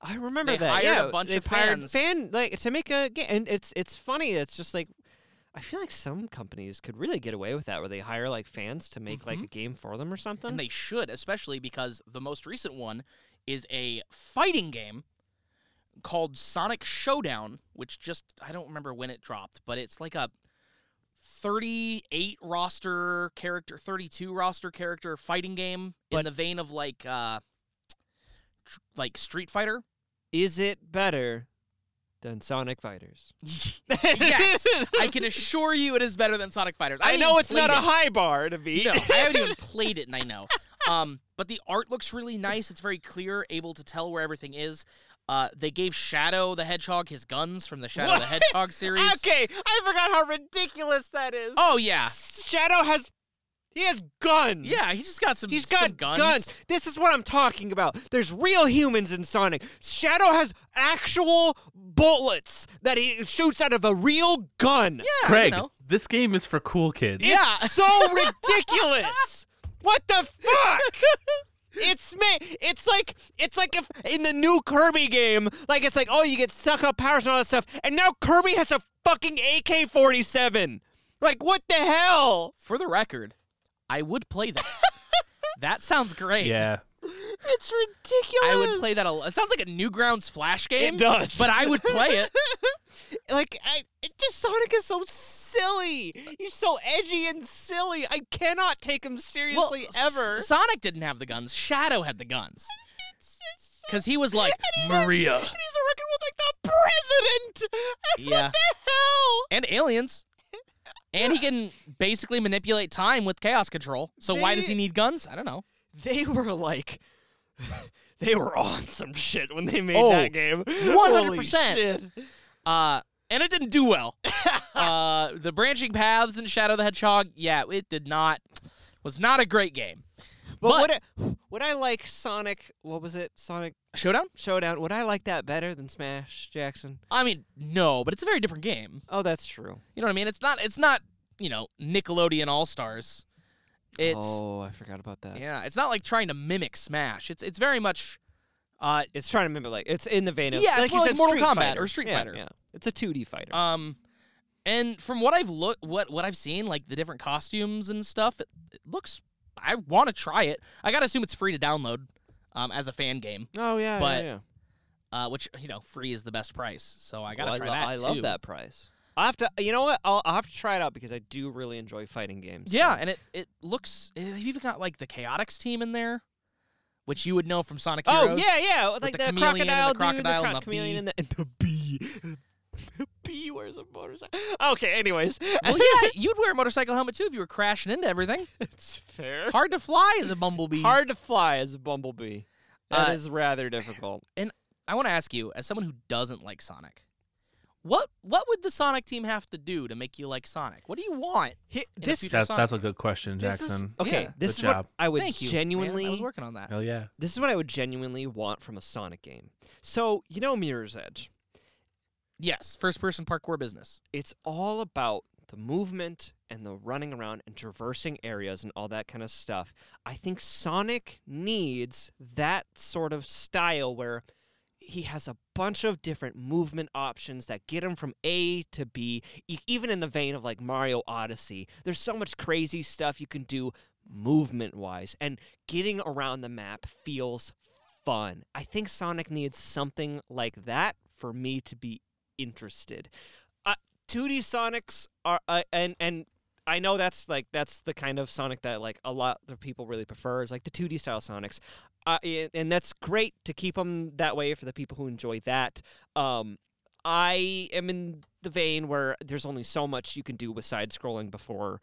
Speaker 3: I remember
Speaker 4: They
Speaker 3: that.
Speaker 4: hired
Speaker 3: yeah,
Speaker 4: a bunch
Speaker 3: they've
Speaker 4: of
Speaker 3: hired
Speaker 4: fans.
Speaker 3: fan like to make a game, and it's it's funny. It's just like I feel like some companies could really get away with that, where they hire like fans to make like a game for them or something.
Speaker 4: Mm-hmm. And they should, especially because the most recent one is a fighting game called Sonic Showdown, which just I don't remember when it dropped, but it's like a 38 roster character, 32 roster character fighting game in
Speaker 3: But-
Speaker 4: the vein of like uh tr- like Street Fighter.
Speaker 3: Is it better than Sonic Fighters?
Speaker 4: yes, I can assure you it is better than Sonic Fighters.
Speaker 3: I,
Speaker 4: haven't
Speaker 3: know
Speaker 4: even
Speaker 3: it's not
Speaker 4: played
Speaker 3: a
Speaker 4: it.
Speaker 3: high bar to beat.
Speaker 4: No, I haven't even played it, and I know. Um, but the art looks really nice. It's very clear, able to tell where everything is. Uh, they gave Shadow the Hedgehog his guns from the Shadow the
Speaker 3: What?
Speaker 4: Hedgehog series.
Speaker 3: okay, I forgot how ridiculous that is.
Speaker 4: Oh yeah,
Speaker 3: Shadow has he has guns.
Speaker 4: yeah. He's just got some.
Speaker 3: He's
Speaker 4: some
Speaker 3: got guns. This is what I'm talking about. There's real humans in Sonic. Shadow has actual bullets that he shoots out of a real gun.
Speaker 4: Yeah,
Speaker 5: Craig,
Speaker 4: You know.
Speaker 5: this game is for cool kids.
Speaker 4: Yeah.
Speaker 3: It's so ridiculous. What the fuck? It's me. It's like it's like if in the new Kirby game, like it's like oh you get suck up powers and all that stuff, and now Kirby has a fucking AK forty seven. Like what the hell?
Speaker 4: For the record, I would play that. that sounds great.
Speaker 5: Yeah.
Speaker 3: It's ridiculous.
Speaker 4: I would play that. A, it sounds like a Newgrounds Flash game.
Speaker 3: does.
Speaker 4: but I would play it.
Speaker 3: like I, it just Sonic is so silly. He's so edgy and silly. I cannot take him
Speaker 4: well,
Speaker 3: seriously
Speaker 4: S-
Speaker 3: ever.
Speaker 4: Sonic didn't have the guns. Shadow had the guns. Because he was like Maria
Speaker 3: and he's working with like the president. And
Speaker 4: Yeah.
Speaker 3: What the hell?
Speaker 4: and aliens, and he can basically manipulate time with chaos control. So why does he
Speaker 3: They-
Speaker 4: need guns? I don't know.
Speaker 3: They were like. They were on some shit when they made
Speaker 4: Oh,
Speaker 3: that game.
Speaker 4: 100%.
Speaker 3: Holy shit.
Speaker 4: Uh, and it didn't do well. uh, the branching paths in Shadow the Hedgehog, yeah, it did not. Was not a great game.
Speaker 3: But,
Speaker 4: But-
Speaker 3: would, I, would I like Sonic? What was it? Sonic
Speaker 4: Showdown?
Speaker 3: Showdown. Would I like that better than Smash Jackson?
Speaker 4: I mean, no, but it's a very different game.
Speaker 3: Oh, that's true.
Speaker 4: You know what I mean? It's not. It's not. You know, Nickelodeon All Stars. It's
Speaker 3: oh, I forgot about that.
Speaker 4: yeah. It's not like trying to mimic Smash. It's it's very much. Uh,
Speaker 3: It's trying to remember like it's in the vein of
Speaker 4: Yeah,
Speaker 3: like
Speaker 4: it's
Speaker 3: you
Speaker 4: more like
Speaker 3: said,
Speaker 4: Mortal
Speaker 3: Street
Speaker 4: Kombat
Speaker 3: Fighter.
Speaker 4: or Street
Speaker 3: Yeah,
Speaker 4: Fighter.
Speaker 3: Yeah, it's a 2D fighter.
Speaker 4: Um, and from what I've looked, what what I've seen, like the different costumes and stuff, it, it looks. I want to try it. I gotta assume it's free to download, um, as a fan game.
Speaker 3: oh yeah,
Speaker 4: but-
Speaker 3: yeah, yeah.
Speaker 4: Uh, which you know, free is the best price. So I gotta
Speaker 3: Well,
Speaker 4: try
Speaker 3: I, lo-
Speaker 4: that.
Speaker 3: I love
Speaker 4: too.
Speaker 3: that price. I have to. You know what? I'll, I'll have to try it out because I do really enjoy fighting games.
Speaker 4: Yeah,
Speaker 3: so-
Speaker 4: and it it looks. eh, They've even got like the Chaotix team in there, which you would know from Sonic
Speaker 3: Oh
Speaker 4: Heroes.
Speaker 3: yeah, yeah. Like
Speaker 4: the
Speaker 3: the,
Speaker 4: chameleon and the
Speaker 3: crocodile,
Speaker 4: crocodile
Speaker 3: dude,
Speaker 4: and
Speaker 3: the,
Speaker 4: the
Speaker 3: croc- chameleon and
Speaker 4: bee.
Speaker 3: the, and the bee. The bee wears a motorcycle. Okay. Anyways,
Speaker 4: Well, yeah, you'd wear a motorcycle helmet too if you were crashing into everything.
Speaker 3: it's fair.
Speaker 4: Hard to fly as a bumblebee.
Speaker 3: Hard to fly as a bumblebee. That
Speaker 4: Uh,
Speaker 3: is rather difficult.
Speaker 4: I want to ask you, as someone who doesn't like Sonic, what what would the Sonic team have to do to make you like Sonic? What do you want?
Speaker 3: Hi-
Speaker 4: in a
Speaker 3: This
Speaker 4: future
Speaker 5: That's,
Speaker 4: Sonic
Speaker 5: that's a
Speaker 4: game?
Speaker 5: good question,
Speaker 3: this is-
Speaker 5: Jackson.
Speaker 3: okay,
Speaker 4: Yeah.
Speaker 3: this is
Speaker 5: Good
Speaker 3: what
Speaker 5: job.
Speaker 3: I would
Speaker 4: Thank you. man.
Speaker 3: genuinely.
Speaker 4: I was working on that.
Speaker 5: Hell yeah.
Speaker 3: This is what I would genuinely want from a Sonic game. So, you know Mirror's Edge.
Speaker 4: Yes, first person parkour business.
Speaker 3: It's all about the movement and the running around and traversing areas and all that kind of stuff. I think Sonic needs that sort of style where he has a bunch of different movement options that get him from A to B, e- even in the vein of like Mario Odyssey. There's so much crazy stuff you can do movement wise, and getting around the map feels fun. I think Sonic needs something like that for me to be interested. Uh, 2D Sonics are, uh, and, and, I know that's like that's the kind of Sonic that like a lot of people really prefer is like the 2D style Sonics uh, and, and that's great to keep them that way for the people who enjoy that. Um, I am in the vein where there's only so much you can do with side scrolling before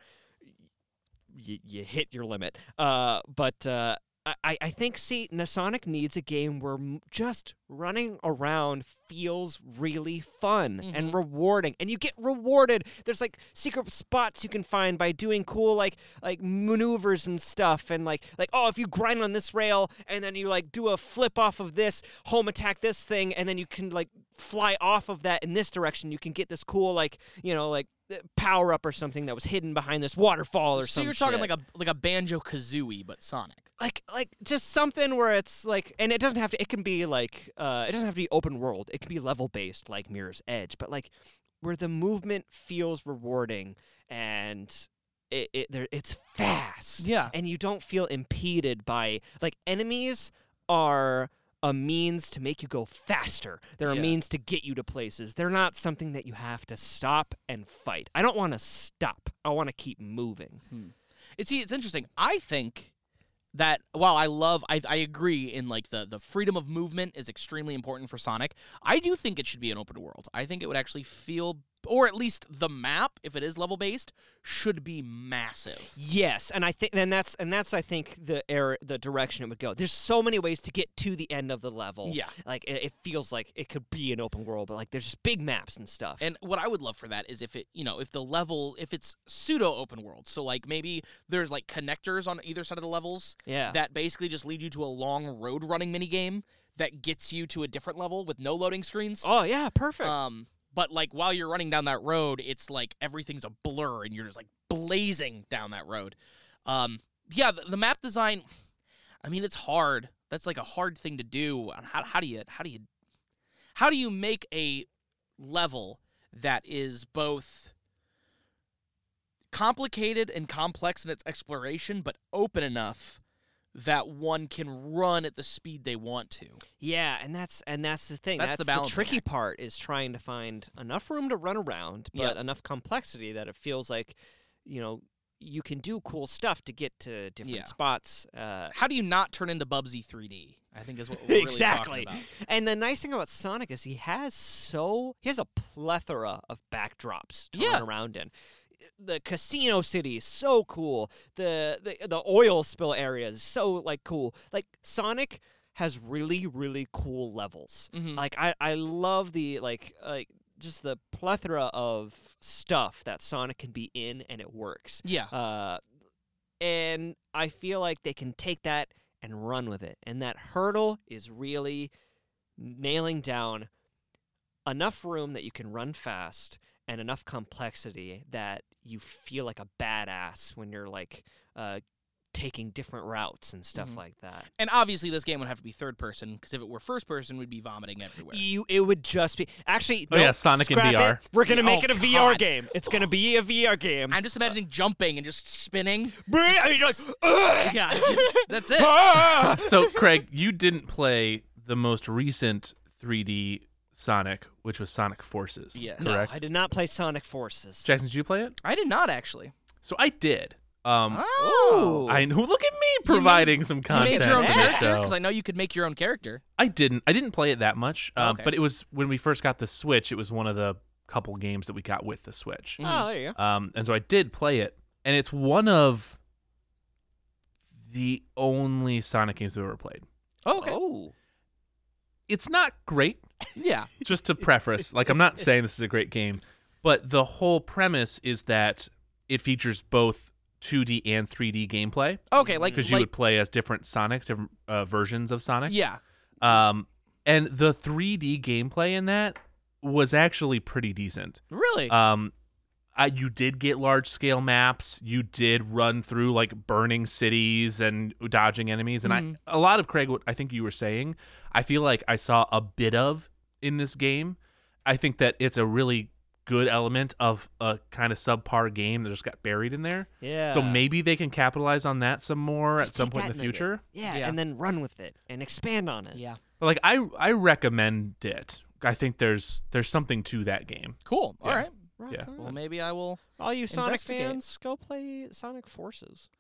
Speaker 3: y- you hit your limit. Uh, but uh, I- I, I think, see, Na- Sonic needs a game where m- just running around feels really fun and rewarding, and you get rewarded. There's like secret spots you can find by doing cool like like maneuvers and stuff, and like like oh, if you grind on this rail and then you like do a flip off of this, home attack this thing, and then you can like fly off of that in this direction, you can get this cool like you know like power up or something that was hidden behind this waterfall or
Speaker 4: so
Speaker 3: something.
Speaker 4: you're talking like a like a banjo kazooie, but Sonic.
Speaker 3: like like just something where it's like and it doesn't have to it can be like uh it doesn't have to be open world it can be level based like mirror's edge but like where the movement feels rewarding and it, it there it's fast
Speaker 4: Yeah.
Speaker 3: and you don't feel impeded by like enemies are a means to make you go faster. They're
Speaker 4: Yeah.
Speaker 3: a means to get you to places. They're not something that you have to stop and fight. I don't want to stop. I want to keep moving.
Speaker 4: It's see, it's interesting. I think that while I love, I, I agree in like the the freedom of movement is extremely important for Sonic. I do think it should be an open world. I think it would actually feel, or at least the map, if it is level based, should be massive.
Speaker 3: Yes, and I think and that's and that's I think the air the direction it would go. There's so many ways to get to the end of the level.
Speaker 4: Yeah.
Speaker 3: like it, it feels like it could be an open world, but like there's just big maps and stuff.
Speaker 4: And what I would love for that is if it, you know, if the level, if it's pseudo open world, so like maybe there's like connectors on either side of the levels
Speaker 3: yeah,
Speaker 4: that basically just lead you to a long road running minigame that gets you to a different level with no loading screens.
Speaker 3: oh yeah, perfect.
Speaker 4: Um, but like while you're running down that road, it's like everything's a blur and you're just like blazing down that road. Um, yeah, the, the map design. I mean, it's hard. That's like a hard thing to do. And How, how do you how do you how do you make a level that is both complicated and complex in its exploration, but open enough that one can run at the speed they want to?
Speaker 3: Yeah, and that's and that's the thing.
Speaker 4: That's
Speaker 3: That's,
Speaker 4: the
Speaker 3: the,
Speaker 4: balancing
Speaker 3: tricky
Speaker 4: act.
Speaker 3: part is trying to find enough room to run around,
Speaker 4: Yeah.
Speaker 3: but enough complexity that it feels like, you know, you can do cool stuff to get to different
Speaker 4: Yeah.
Speaker 3: spots. Uh,
Speaker 4: How do you not turn into Bubsy 3D? I think is what we're really talking
Speaker 3: exactly.
Speaker 4: about.
Speaker 3: And the nice thing about Sonic is he has so he has a plethora of backdrops to
Speaker 4: Yeah.
Speaker 3: run around in. The casino city is so cool. The, the the oil spill area is so like cool. Like Sonic has really really cool levels.
Speaker 4: Mhm.
Speaker 3: Like I I love the like like just the plethora of stuff that Sonic can be in and it works.
Speaker 4: Yeah.
Speaker 3: Uh, and I feel like they can take that and run with it. And that hurdle is really nailing down enough room that you can run fast and enough complexity that you feel like a badass when you're like uh, taking different routes and stuff
Speaker 4: Mhm.
Speaker 3: like that.
Speaker 4: And obviously, this game would have to be third person because if it were first person, we'd be vomiting everywhere.
Speaker 3: You, it would just be actually.
Speaker 5: Oh,
Speaker 3: no,
Speaker 5: yeah, Sonic in
Speaker 3: scrap it.
Speaker 5: VR.
Speaker 3: We're gonna
Speaker 4: Yeah,
Speaker 3: make
Speaker 4: oh,
Speaker 3: it a VR
Speaker 4: God.
Speaker 3: game. It's gonna be a VR game.
Speaker 4: I'm just imagining jumping and just spinning.
Speaker 3: I mean, you're like, "Ugh!"
Speaker 4: Yeah, just- that's it.
Speaker 3: Ah!
Speaker 5: so Craig, you didn't play the most recent 3D Sonic, which was Sonic Forces.
Speaker 4: Yes.
Speaker 3: No,
Speaker 5: Correct.
Speaker 3: I did not play Sonic Forces.
Speaker 5: Jackson, did you play it?
Speaker 4: I did not actually.
Speaker 5: So I did. Um,
Speaker 4: Oh,
Speaker 5: I know. Look at me providing some
Speaker 4: you
Speaker 5: content.
Speaker 4: made your own
Speaker 5: for the
Speaker 4: character
Speaker 5: show.
Speaker 4: because I know you could make your own character.
Speaker 5: I didn't. I didn't play it that much.
Speaker 4: Oh,
Speaker 5: Um,
Speaker 4: okay.
Speaker 5: But it was when we first got the Switch. It was one of the couple games that we got with the Switch.
Speaker 4: Mhm.
Speaker 3: Oh, there you go.
Speaker 5: Um, and so I did play it, and it's one of the only Sonic games we've ever played.
Speaker 4: Oh, okay.
Speaker 3: Oh,
Speaker 5: It's not great.
Speaker 4: Yeah.
Speaker 5: Just to preface, like I'm not saying this is a great game, but the whole premise is that it features both 2D and 3D gameplay
Speaker 4: Okay. Like,
Speaker 5: because
Speaker 4: like
Speaker 5: you would play as different Sonics, different uh, versions of Sonic.
Speaker 4: yeah.
Speaker 5: Um, and the 3D gameplay in that was actually pretty decent.
Speaker 3: Oh,
Speaker 4: Really?
Speaker 5: Um, I, you did get large scale maps. You did run through like burning cities and dodging enemies. And
Speaker 3: Mm-hmm.
Speaker 4: Mhm.
Speaker 5: I, a lot of Craig, what I think you were saying, I feel like I saw a bit of in this game. I think that it's a really good element of a kind of subpar game that just got buried in there.
Speaker 3: yeah.
Speaker 5: So maybe they can capitalize on that some more
Speaker 3: Just
Speaker 5: at some
Speaker 3: take
Speaker 5: point
Speaker 3: that
Speaker 5: in the
Speaker 3: nugget.
Speaker 5: future.
Speaker 3: Yeah,
Speaker 4: Yeah.
Speaker 3: and then run with it and expand on it.
Speaker 4: yeah.
Speaker 5: But like I I recommend it. I think there's there's something to that game.
Speaker 4: Cool. All
Speaker 5: Yeah.
Speaker 4: right.
Speaker 3: Rock
Speaker 5: Yeah.
Speaker 3: on.
Speaker 4: Well, maybe I will.
Speaker 3: All you Sonic
Speaker 4: investigate.
Speaker 3: fans, go play Sonic Forces.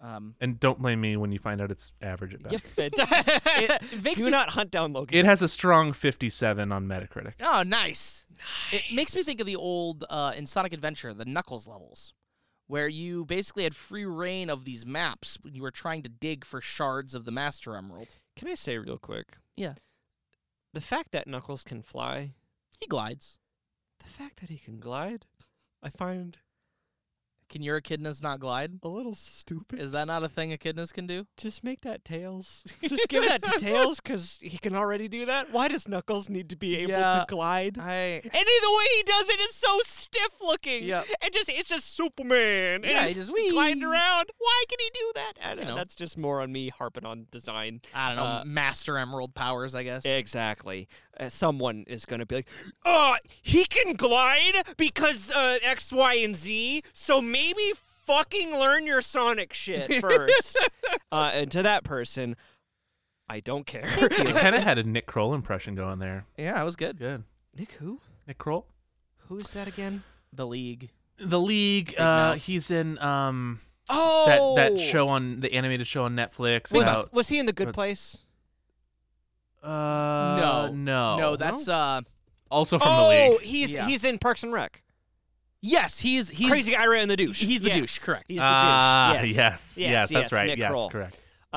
Speaker 4: Um,
Speaker 5: And don't blame me when you find out it's average at best.
Speaker 3: it,
Speaker 4: it makes
Speaker 3: do
Speaker 4: me-
Speaker 3: not hunt down Logan.
Speaker 5: It has a strong 57 on Metacritic.
Speaker 4: Oh, nice. It makes me think of the old uh, in Sonic Adventure, the Knuckles levels, where you basically had free reign of these maps when you were trying to dig for shards of the Master Emerald.
Speaker 3: Can I say real quick?
Speaker 4: Yeah.
Speaker 3: The fact that Knuckles can fly,
Speaker 4: He glides.
Speaker 3: the fact that he can glide, I find
Speaker 4: Can your echidnas not glide?
Speaker 3: a little stupid.
Speaker 4: Is that not a thing echidnas can do?
Speaker 3: Just make that Tails. Just give that to Tails because he can already do that. Why does Knuckles need to be able
Speaker 4: Yeah.
Speaker 3: to glide?
Speaker 4: I.
Speaker 3: And the way he does it is so stiff looking.
Speaker 4: Yep.
Speaker 3: And just it's just Superman.
Speaker 4: Yeah,
Speaker 3: and
Speaker 4: he
Speaker 3: he's
Speaker 4: just wee.
Speaker 3: gliding around. Why can he do that? I don't
Speaker 4: You
Speaker 3: know.
Speaker 4: know.
Speaker 3: That's just more on me harping on design.
Speaker 4: I don't know. Eh.
Speaker 3: Uh,
Speaker 4: Master Emerald powers, I guess.
Speaker 3: Exactly. Uh, someone is going to be like, "Uh, he can glide because uh, X, Y, and Z. So maybe fucking learn your Sonic shit first. uh, and to that person, I don't care.
Speaker 5: I kind of had a Nick Kroll impression going there.
Speaker 4: Yeah, that was good.
Speaker 5: Good.
Speaker 3: Nick, who?
Speaker 5: Nick Kroll?
Speaker 3: Who is that again?
Speaker 4: The league.
Speaker 5: The League. Uh, he's in um
Speaker 3: Oh,
Speaker 5: that that show on the animated show on Netflix
Speaker 3: Was,
Speaker 5: about.
Speaker 3: was he in the Good
Speaker 5: but-
Speaker 3: Place?
Speaker 5: Uh,
Speaker 4: No.
Speaker 5: no,
Speaker 4: no, that's uh.
Speaker 5: also from
Speaker 3: oh,
Speaker 5: the league.
Speaker 3: he's
Speaker 4: Yeah.
Speaker 3: he's in Parks and Rec.
Speaker 4: Yes, he's he's
Speaker 3: Crazy guy ran the douche.
Speaker 4: He's the
Speaker 3: Yes.
Speaker 4: douche, correct.
Speaker 3: He's the
Speaker 5: ah,
Speaker 3: douche.
Speaker 5: yes, yes, that's right.
Speaker 3: Nick
Speaker 5: yes,
Speaker 3: Kroll.
Speaker 5: correct.
Speaker 3: Uh,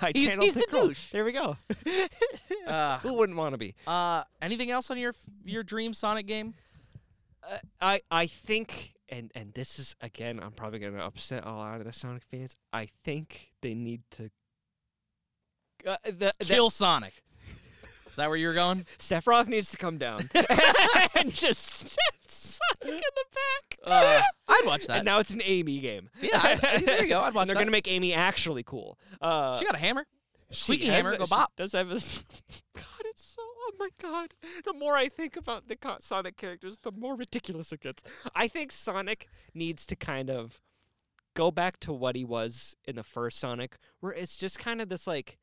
Speaker 3: I
Speaker 4: He's-
Speaker 3: channeled
Speaker 4: he's the
Speaker 3: Nick Kroll.
Speaker 4: douche.
Speaker 3: There we go.
Speaker 4: Uh,
Speaker 3: Who wouldn't want to be?
Speaker 4: uh, anything else on your your dream Sonic game?
Speaker 3: Uh, I I think, and and this is again, I'm probably gonna upset a lot of the Sonic fans. I think they need to. Uh, the, the-
Speaker 4: Kill Sonic. Is that where you were going?
Speaker 3: Sephiroth needs to come down and just stab Sonic in the back.
Speaker 4: Uh, I'd watch that.
Speaker 3: and now it's an Amy game.
Speaker 4: Yeah, I- I- there you go. I'd watch
Speaker 3: and They're
Speaker 4: that.
Speaker 3: gonna make Amy actually cool. Uh,
Speaker 4: she got a hammer.
Speaker 3: she
Speaker 4: squeaky
Speaker 3: has
Speaker 4: hammer,
Speaker 3: a-
Speaker 4: go
Speaker 3: she
Speaker 4: bop.
Speaker 3: does have a s- God, it's so. Oh my God. The more I think about the co- Sonic characters, the more ridiculous it gets. I think Sonic needs to kind of go back to what he was in the first Sonic, where it's just kind of this like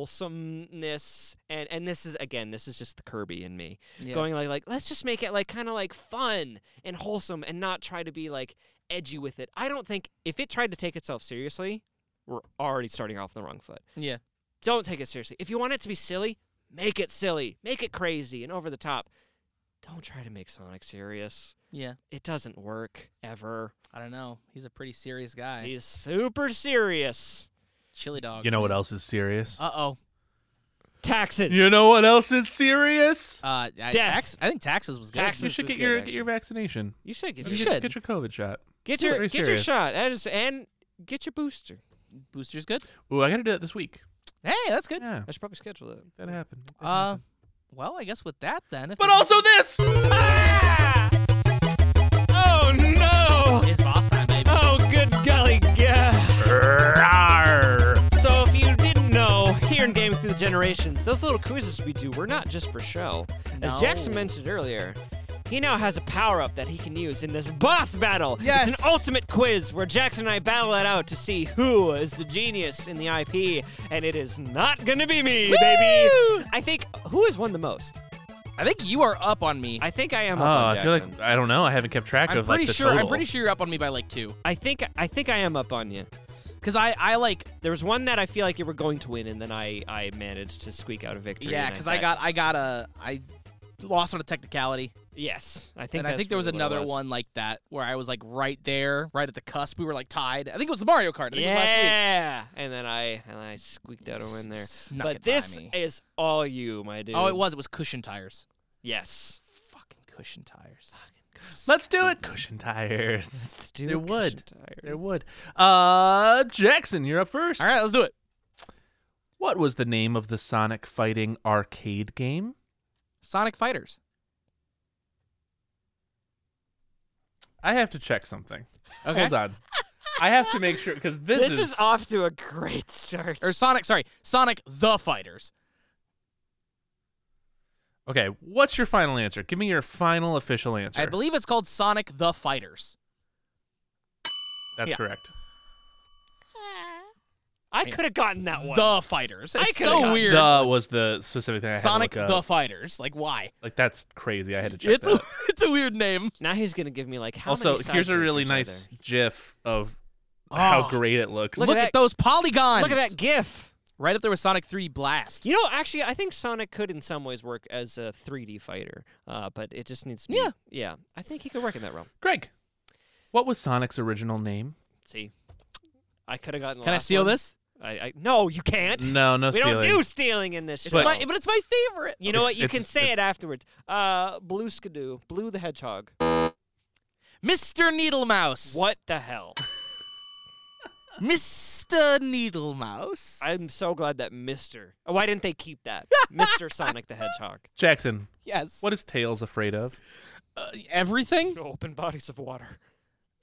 Speaker 3: wholesomeness and and this is again this is just the kirby in me going like like let's just make it like kind of like fun and wholesome and not try to be like edgy with it. I don't think if it tried to take itself seriously, we're already starting off on the wrong foot.
Speaker 4: Yeah.
Speaker 3: Don't take it seriously. If you want it to be silly, make it silly, make it crazy and over the top. Don't try to make Sonic serious.
Speaker 4: Yeah.
Speaker 3: It doesn't work ever.
Speaker 4: I don't know. He's a pretty serious guy.
Speaker 3: He's super serious.
Speaker 4: Chili dog.
Speaker 5: You know what else is serious?
Speaker 4: Uh oh.
Speaker 3: Taxes.
Speaker 5: you know what else is serious?
Speaker 4: Uh, I,
Speaker 3: Death.
Speaker 4: tax, I think taxes was good.
Speaker 3: Taxes.
Speaker 5: You
Speaker 3: This
Speaker 5: should
Speaker 3: is
Speaker 5: get
Speaker 3: good,
Speaker 5: your
Speaker 3: actually.
Speaker 5: get your vaccination.
Speaker 3: you should get
Speaker 4: You
Speaker 3: your
Speaker 4: should.
Speaker 5: Get your COVID shot.
Speaker 3: get your
Speaker 5: Very
Speaker 3: get your
Speaker 5: serious.
Speaker 3: shot. That is, and get your booster.
Speaker 4: Booster's good.
Speaker 5: Ooh, I gotta do that this week.
Speaker 4: Hey, that's good.
Speaker 5: Yeah,
Speaker 3: I should probably schedule it.
Speaker 5: that happened. That
Speaker 4: Uh,
Speaker 5: happened.
Speaker 4: well, I guess with that then. If
Speaker 5: but also this.
Speaker 3: Oh no!
Speaker 4: it's boss time, baby.
Speaker 3: Oh, good golly, gah. So, if you didn't know, here in Gaming Through the Generations, those little quizzes we do were not just for show. As Jackson
Speaker 4: No.
Speaker 3: mentioned earlier, he now has a power up that he can use in this boss battle. It's
Speaker 4: Yes.
Speaker 3: an ultimate quiz where Jackson and I battle it out to see who is the genius in the IP, and it is not gonna be me, baby. I think who has won the most?
Speaker 4: I think you are up on me.
Speaker 3: I think I am.
Speaker 5: Oh,
Speaker 3: up on
Speaker 5: I feel
Speaker 3: Jackson.
Speaker 5: like I don't know. I haven't kept track
Speaker 4: I'm
Speaker 5: of like
Speaker 4: pretty
Speaker 5: the
Speaker 4: sure. I'm
Speaker 5: total.
Speaker 4: pretty sure you're up on me by like two.
Speaker 3: I think I think I am up on you.
Speaker 4: Cause I, I like
Speaker 3: There was one that I feel like you were going to win, and then I, I managed to squeak out a victory.
Speaker 4: yeah,
Speaker 3: and
Speaker 4: cause I
Speaker 3: bet-
Speaker 4: got I got a I lost on a technicality,
Speaker 3: yes. I think
Speaker 4: and I
Speaker 3: that's
Speaker 4: think there was
Speaker 3: really what it
Speaker 4: another one like that where I was like right there, right at the cusp. We were like tied. I think it was the Mario Kart. I think
Speaker 3: Yeah, and then I and I squeaked
Speaker 4: it
Speaker 3: out a
Speaker 4: was last week.
Speaker 3: win there.
Speaker 4: Snuck it
Speaker 3: but
Speaker 4: by
Speaker 3: this
Speaker 4: me.
Speaker 3: is all you, my dude.
Speaker 4: oh, it was it was cushion tires.
Speaker 3: Yes.
Speaker 4: Fucking cushion tires.
Speaker 5: Let's do it. Cushion tires.
Speaker 3: Do
Speaker 5: There
Speaker 3: a
Speaker 5: would.
Speaker 3: cushion tire.
Speaker 5: There would. Uh, Jackson, you're up first.
Speaker 4: All right, let's do it.
Speaker 5: What was the name of the Sonic fighting arcade game?
Speaker 4: Sonic Fighters.
Speaker 5: I have to check something.
Speaker 4: Okay.
Speaker 5: Hold on. I have to make sure because this,
Speaker 3: This, is... off to a great start.
Speaker 4: Or Sonic, sorry, Sonic the Fighters.
Speaker 5: okay. What's your final answer? Give me your final official answer.
Speaker 4: I believe it's called Sonic the Fighters.
Speaker 5: that's
Speaker 4: yeah.
Speaker 5: correct.
Speaker 3: I could have gotten that one.
Speaker 4: The Fighters.
Speaker 3: I
Speaker 4: It's
Speaker 3: could've
Speaker 4: so
Speaker 3: gotten
Speaker 4: weird.
Speaker 5: The was the specific thing. I
Speaker 4: Sonic
Speaker 5: had uh, to look
Speaker 4: the
Speaker 5: up.
Speaker 4: Fighters. Like why?
Speaker 5: like that's crazy. I had to check
Speaker 4: It's
Speaker 5: that.
Speaker 4: a, it's a weird name.
Speaker 3: Now he's gonna give me like how
Speaker 5: also,
Speaker 3: many side
Speaker 5: here's a really
Speaker 3: characters are
Speaker 5: nice GIF of how
Speaker 4: Oh.
Speaker 5: great it looks.
Speaker 4: Look,
Speaker 3: Look at that-
Speaker 4: at, those polygons.
Speaker 3: there? Look at that GIF.
Speaker 4: Right up there with Sonic 3 Blast.
Speaker 3: You know, actually, I think Sonic could, in some ways, work as a 3D fighter, uh, but it just needs to be.
Speaker 4: Yeah.
Speaker 3: yeah. I think he could work in that realm.
Speaker 5: Greg, what was Sonic's original name?
Speaker 3: See, I could have gotten. the
Speaker 4: Can I
Speaker 3: last
Speaker 4: steal
Speaker 3: one.
Speaker 4: this?
Speaker 3: I, I no, you can't.
Speaker 5: No, no
Speaker 3: we
Speaker 5: stealing.
Speaker 3: don't do stealing in this
Speaker 4: It's
Speaker 3: show.
Speaker 4: my, but it's my favorite.
Speaker 3: you know
Speaker 5: It's-
Speaker 3: what? You
Speaker 5: it's-
Speaker 3: can say
Speaker 5: it's-
Speaker 3: it afterwards. Uh, Blue Skidoo, Blue the Hedgehog.
Speaker 4: Mr. Needle Mouse.
Speaker 3: What the hell?
Speaker 4: Mr. Needle Mouse.
Speaker 3: I'm so glad that Mister. Oh, why didn't they keep that? Mister Sonic the Hedgehog.
Speaker 5: Jackson,
Speaker 4: Yes.
Speaker 5: what is Tails afraid of?
Speaker 4: Uh, everything?
Speaker 3: Open bodies of water.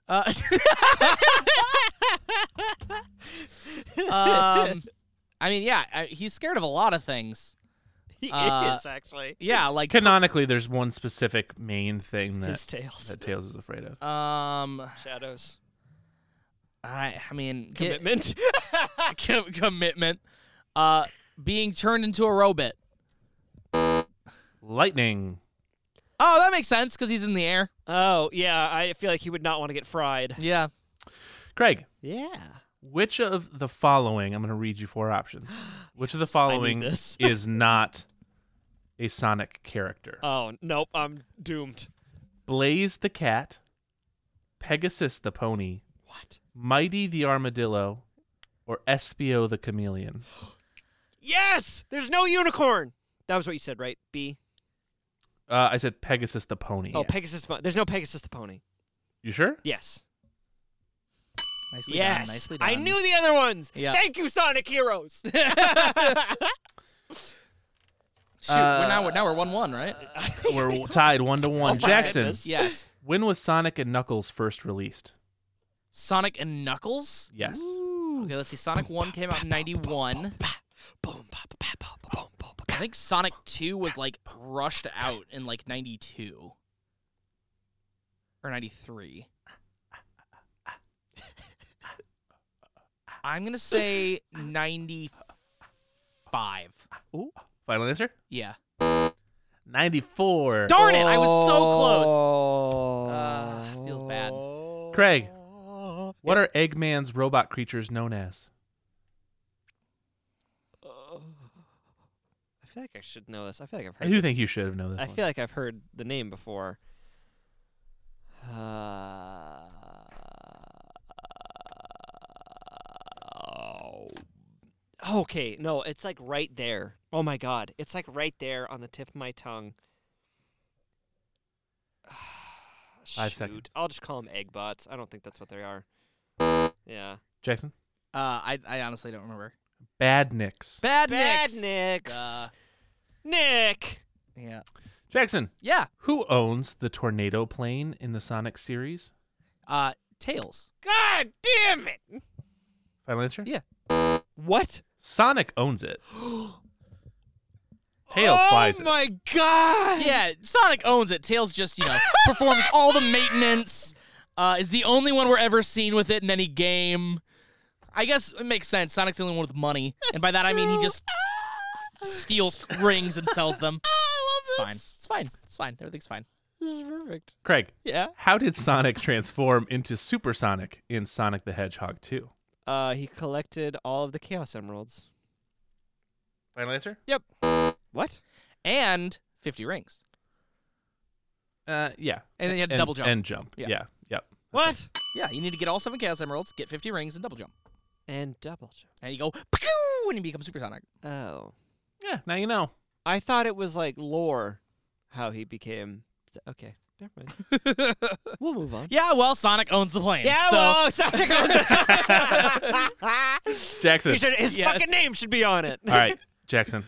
Speaker 4: Uh, um, I mean, yeah, I, he's scared of a lot of things.
Speaker 3: He
Speaker 4: Uh,
Speaker 3: is actually
Speaker 4: Yeah, like
Speaker 5: Canonically, there's one specific main thing that
Speaker 3: his tails.
Speaker 5: that Tails is afraid of.
Speaker 4: um,
Speaker 3: Shadows.
Speaker 4: I, I mean, get-
Speaker 3: Commitment.
Speaker 4: com- commitment. Uh, being turned into a robot.
Speaker 5: Lightning.
Speaker 4: Oh, that makes sense because he's in the air.
Speaker 3: Oh, yeah. I feel like he would not want to get fried.
Speaker 4: Yeah.
Speaker 5: Craig,
Speaker 3: Yeah.
Speaker 5: which of the following, I'm going to read you four options. Which of the
Speaker 3: Yes, I need
Speaker 5: following
Speaker 3: this.
Speaker 5: is not a Sonic character?
Speaker 3: Oh, nope. I'm doomed.
Speaker 5: Blaze the cat, Pegasus the pony,
Speaker 3: What?
Speaker 5: Mighty the armadillo, or Espio the chameleon?
Speaker 3: Yes! There's no unicorn! That was what you said, right? B?
Speaker 5: Uh, I said Pegasus the pony.
Speaker 3: Oh, Pegasus. the- There's no Pegasus the pony.
Speaker 5: you sure?
Speaker 3: Yes.
Speaker 8: Nicely done.
Speaker 3: yes.
Speaker 8: Nicely done.
Speaker 3: I knew the other ones.
Speaker 4: Yeah.
Speaker 3: Thank you, Sonic Heroes.
Speaker 4: Shoot, we're now we're now we're one one, right?
Speaker 5: We're tied one
Speaker 3: Oh,
Speaker 5: to one. Jackson,
Speaker 3: goodness.
Speaker 4: yes.
Speaker 5: when was Sonic and Knuckles first released?
Speaker 4: Sonic and Knuckles.
Speaker 5: Yes.
Speaker 4: Okay, let's see. Sonic One came out in '91.
Speaker 3: boom, bop, bap, bop, boom, boom, bop,
Speaker 4: I
Speaker 3: bap.
Speaker 4: think Sonic Two was like rushed out in like '92 or '93. I'm gonna say '95.
Speaker 5: Ooh. Final answer?
Speaker 4: Yeah.
Speaker 5: 94.
Speaker 4: Darn it! I was so
Speaker 3: close. Ah,
Speaker 4: Uh, feels bad.
Speaker 5: Craig, what are Eggman's robot creatures known as?
Speaker 3: I feel like I should know this. I feel like I've
Speaker 5: I
Speaker 3: heard.
Speaker 5: do
Speaker 3: this.
Speaker 5: think you should have known this
Speaker 3: I
Speaker 5: one.
Speaker 3: feel like I've heard the name before. Uh, okay, no, it's like right there. Oh my god, it's like right there on the tip of my tongue.
Speaker 5: Five
Speaker 3: Shoot.
Speaker 5: seconds.
Speaker 3: I'll just call them egg bots. I don't think that's what they are. Yeah.
Speaker 5: Jackson?
Speaker 4: Uh, I I honestly don't remember.
Speaker 5: Badniks.
Speaker 4: Bad,
Speaker 3: Bad
Speaker 4: Nicks.
Speaker 3: Nicks.
Speaker 4: Duh.
Speaker 3: Nick.
Speaker 4: yeah.
Speaker 5: Jackson,
Speaker 4: Yeah.
Speaker 5: who owns the tornado plane in the Sonic series?
Speaker 4: Uh, Tails.
Speaker 3: God damn it.
Speaker 5: Final answer?
Speaker 4: Yeah.
Speaker 3: What?
Speaker 5: Sonic owns it. Tails flies
Speaker 3: Oh
Speaker 5: it.
Speaker 3: my god.
Speaker 4: Yeah, Sonic owns it. Tails just, you know, performs all the maintenance. Uh, is the only one we're ever seen with it in any game. I guess it makes sense. Sonic's the only one with money, and by that I mean he just steals rings and sells them. I love it's fine. It's fine. It's fine. Everything's fine.
Speaker 3: This is perfect.
Speaker 5: Craig,
Speaker 4: Yeah.
Speaker 5: how did Sonic transform into Supersonic in Sonic the Hedgehog 2?
Speaker 3: Uh, he collected all of the Chaos Emeralds.
Speaker 5: Final answer?
Speaker 3: What?
Speaker 4: And fifty rings.
Speaker 5: Uh, yeah.
Speaker 4: And then you had double jump.
Speaker 5: And jump.
Speaker 4: Yeah.
Speaker 5: Yeah. yeah. Yep.
Speaker 3: What?
Speaker 4: Yeah, you need to get all seven Chaos Emeralds, get fifty rings, and double jump,
Speaker 3: And double jump.
Speaker 4: and you go "Pew!" and you become Super Sonic.
Speaker 3: Oh.
Speaker 5: Yeah, now you know.
Speaker 3: I thought it was like lore how he became. Okay. Never mind. we'll move on.
Speaker 4: Yeah, well, Sonic owns the plane. so
Speaker 3: well, Sonic owns it.
Speaker 5: Jackson.
Speaker 3: He should- his
Speaker 4: Yes.
Speaker 3: fucking name should be on it.
Speaker 5: All right, Jackson.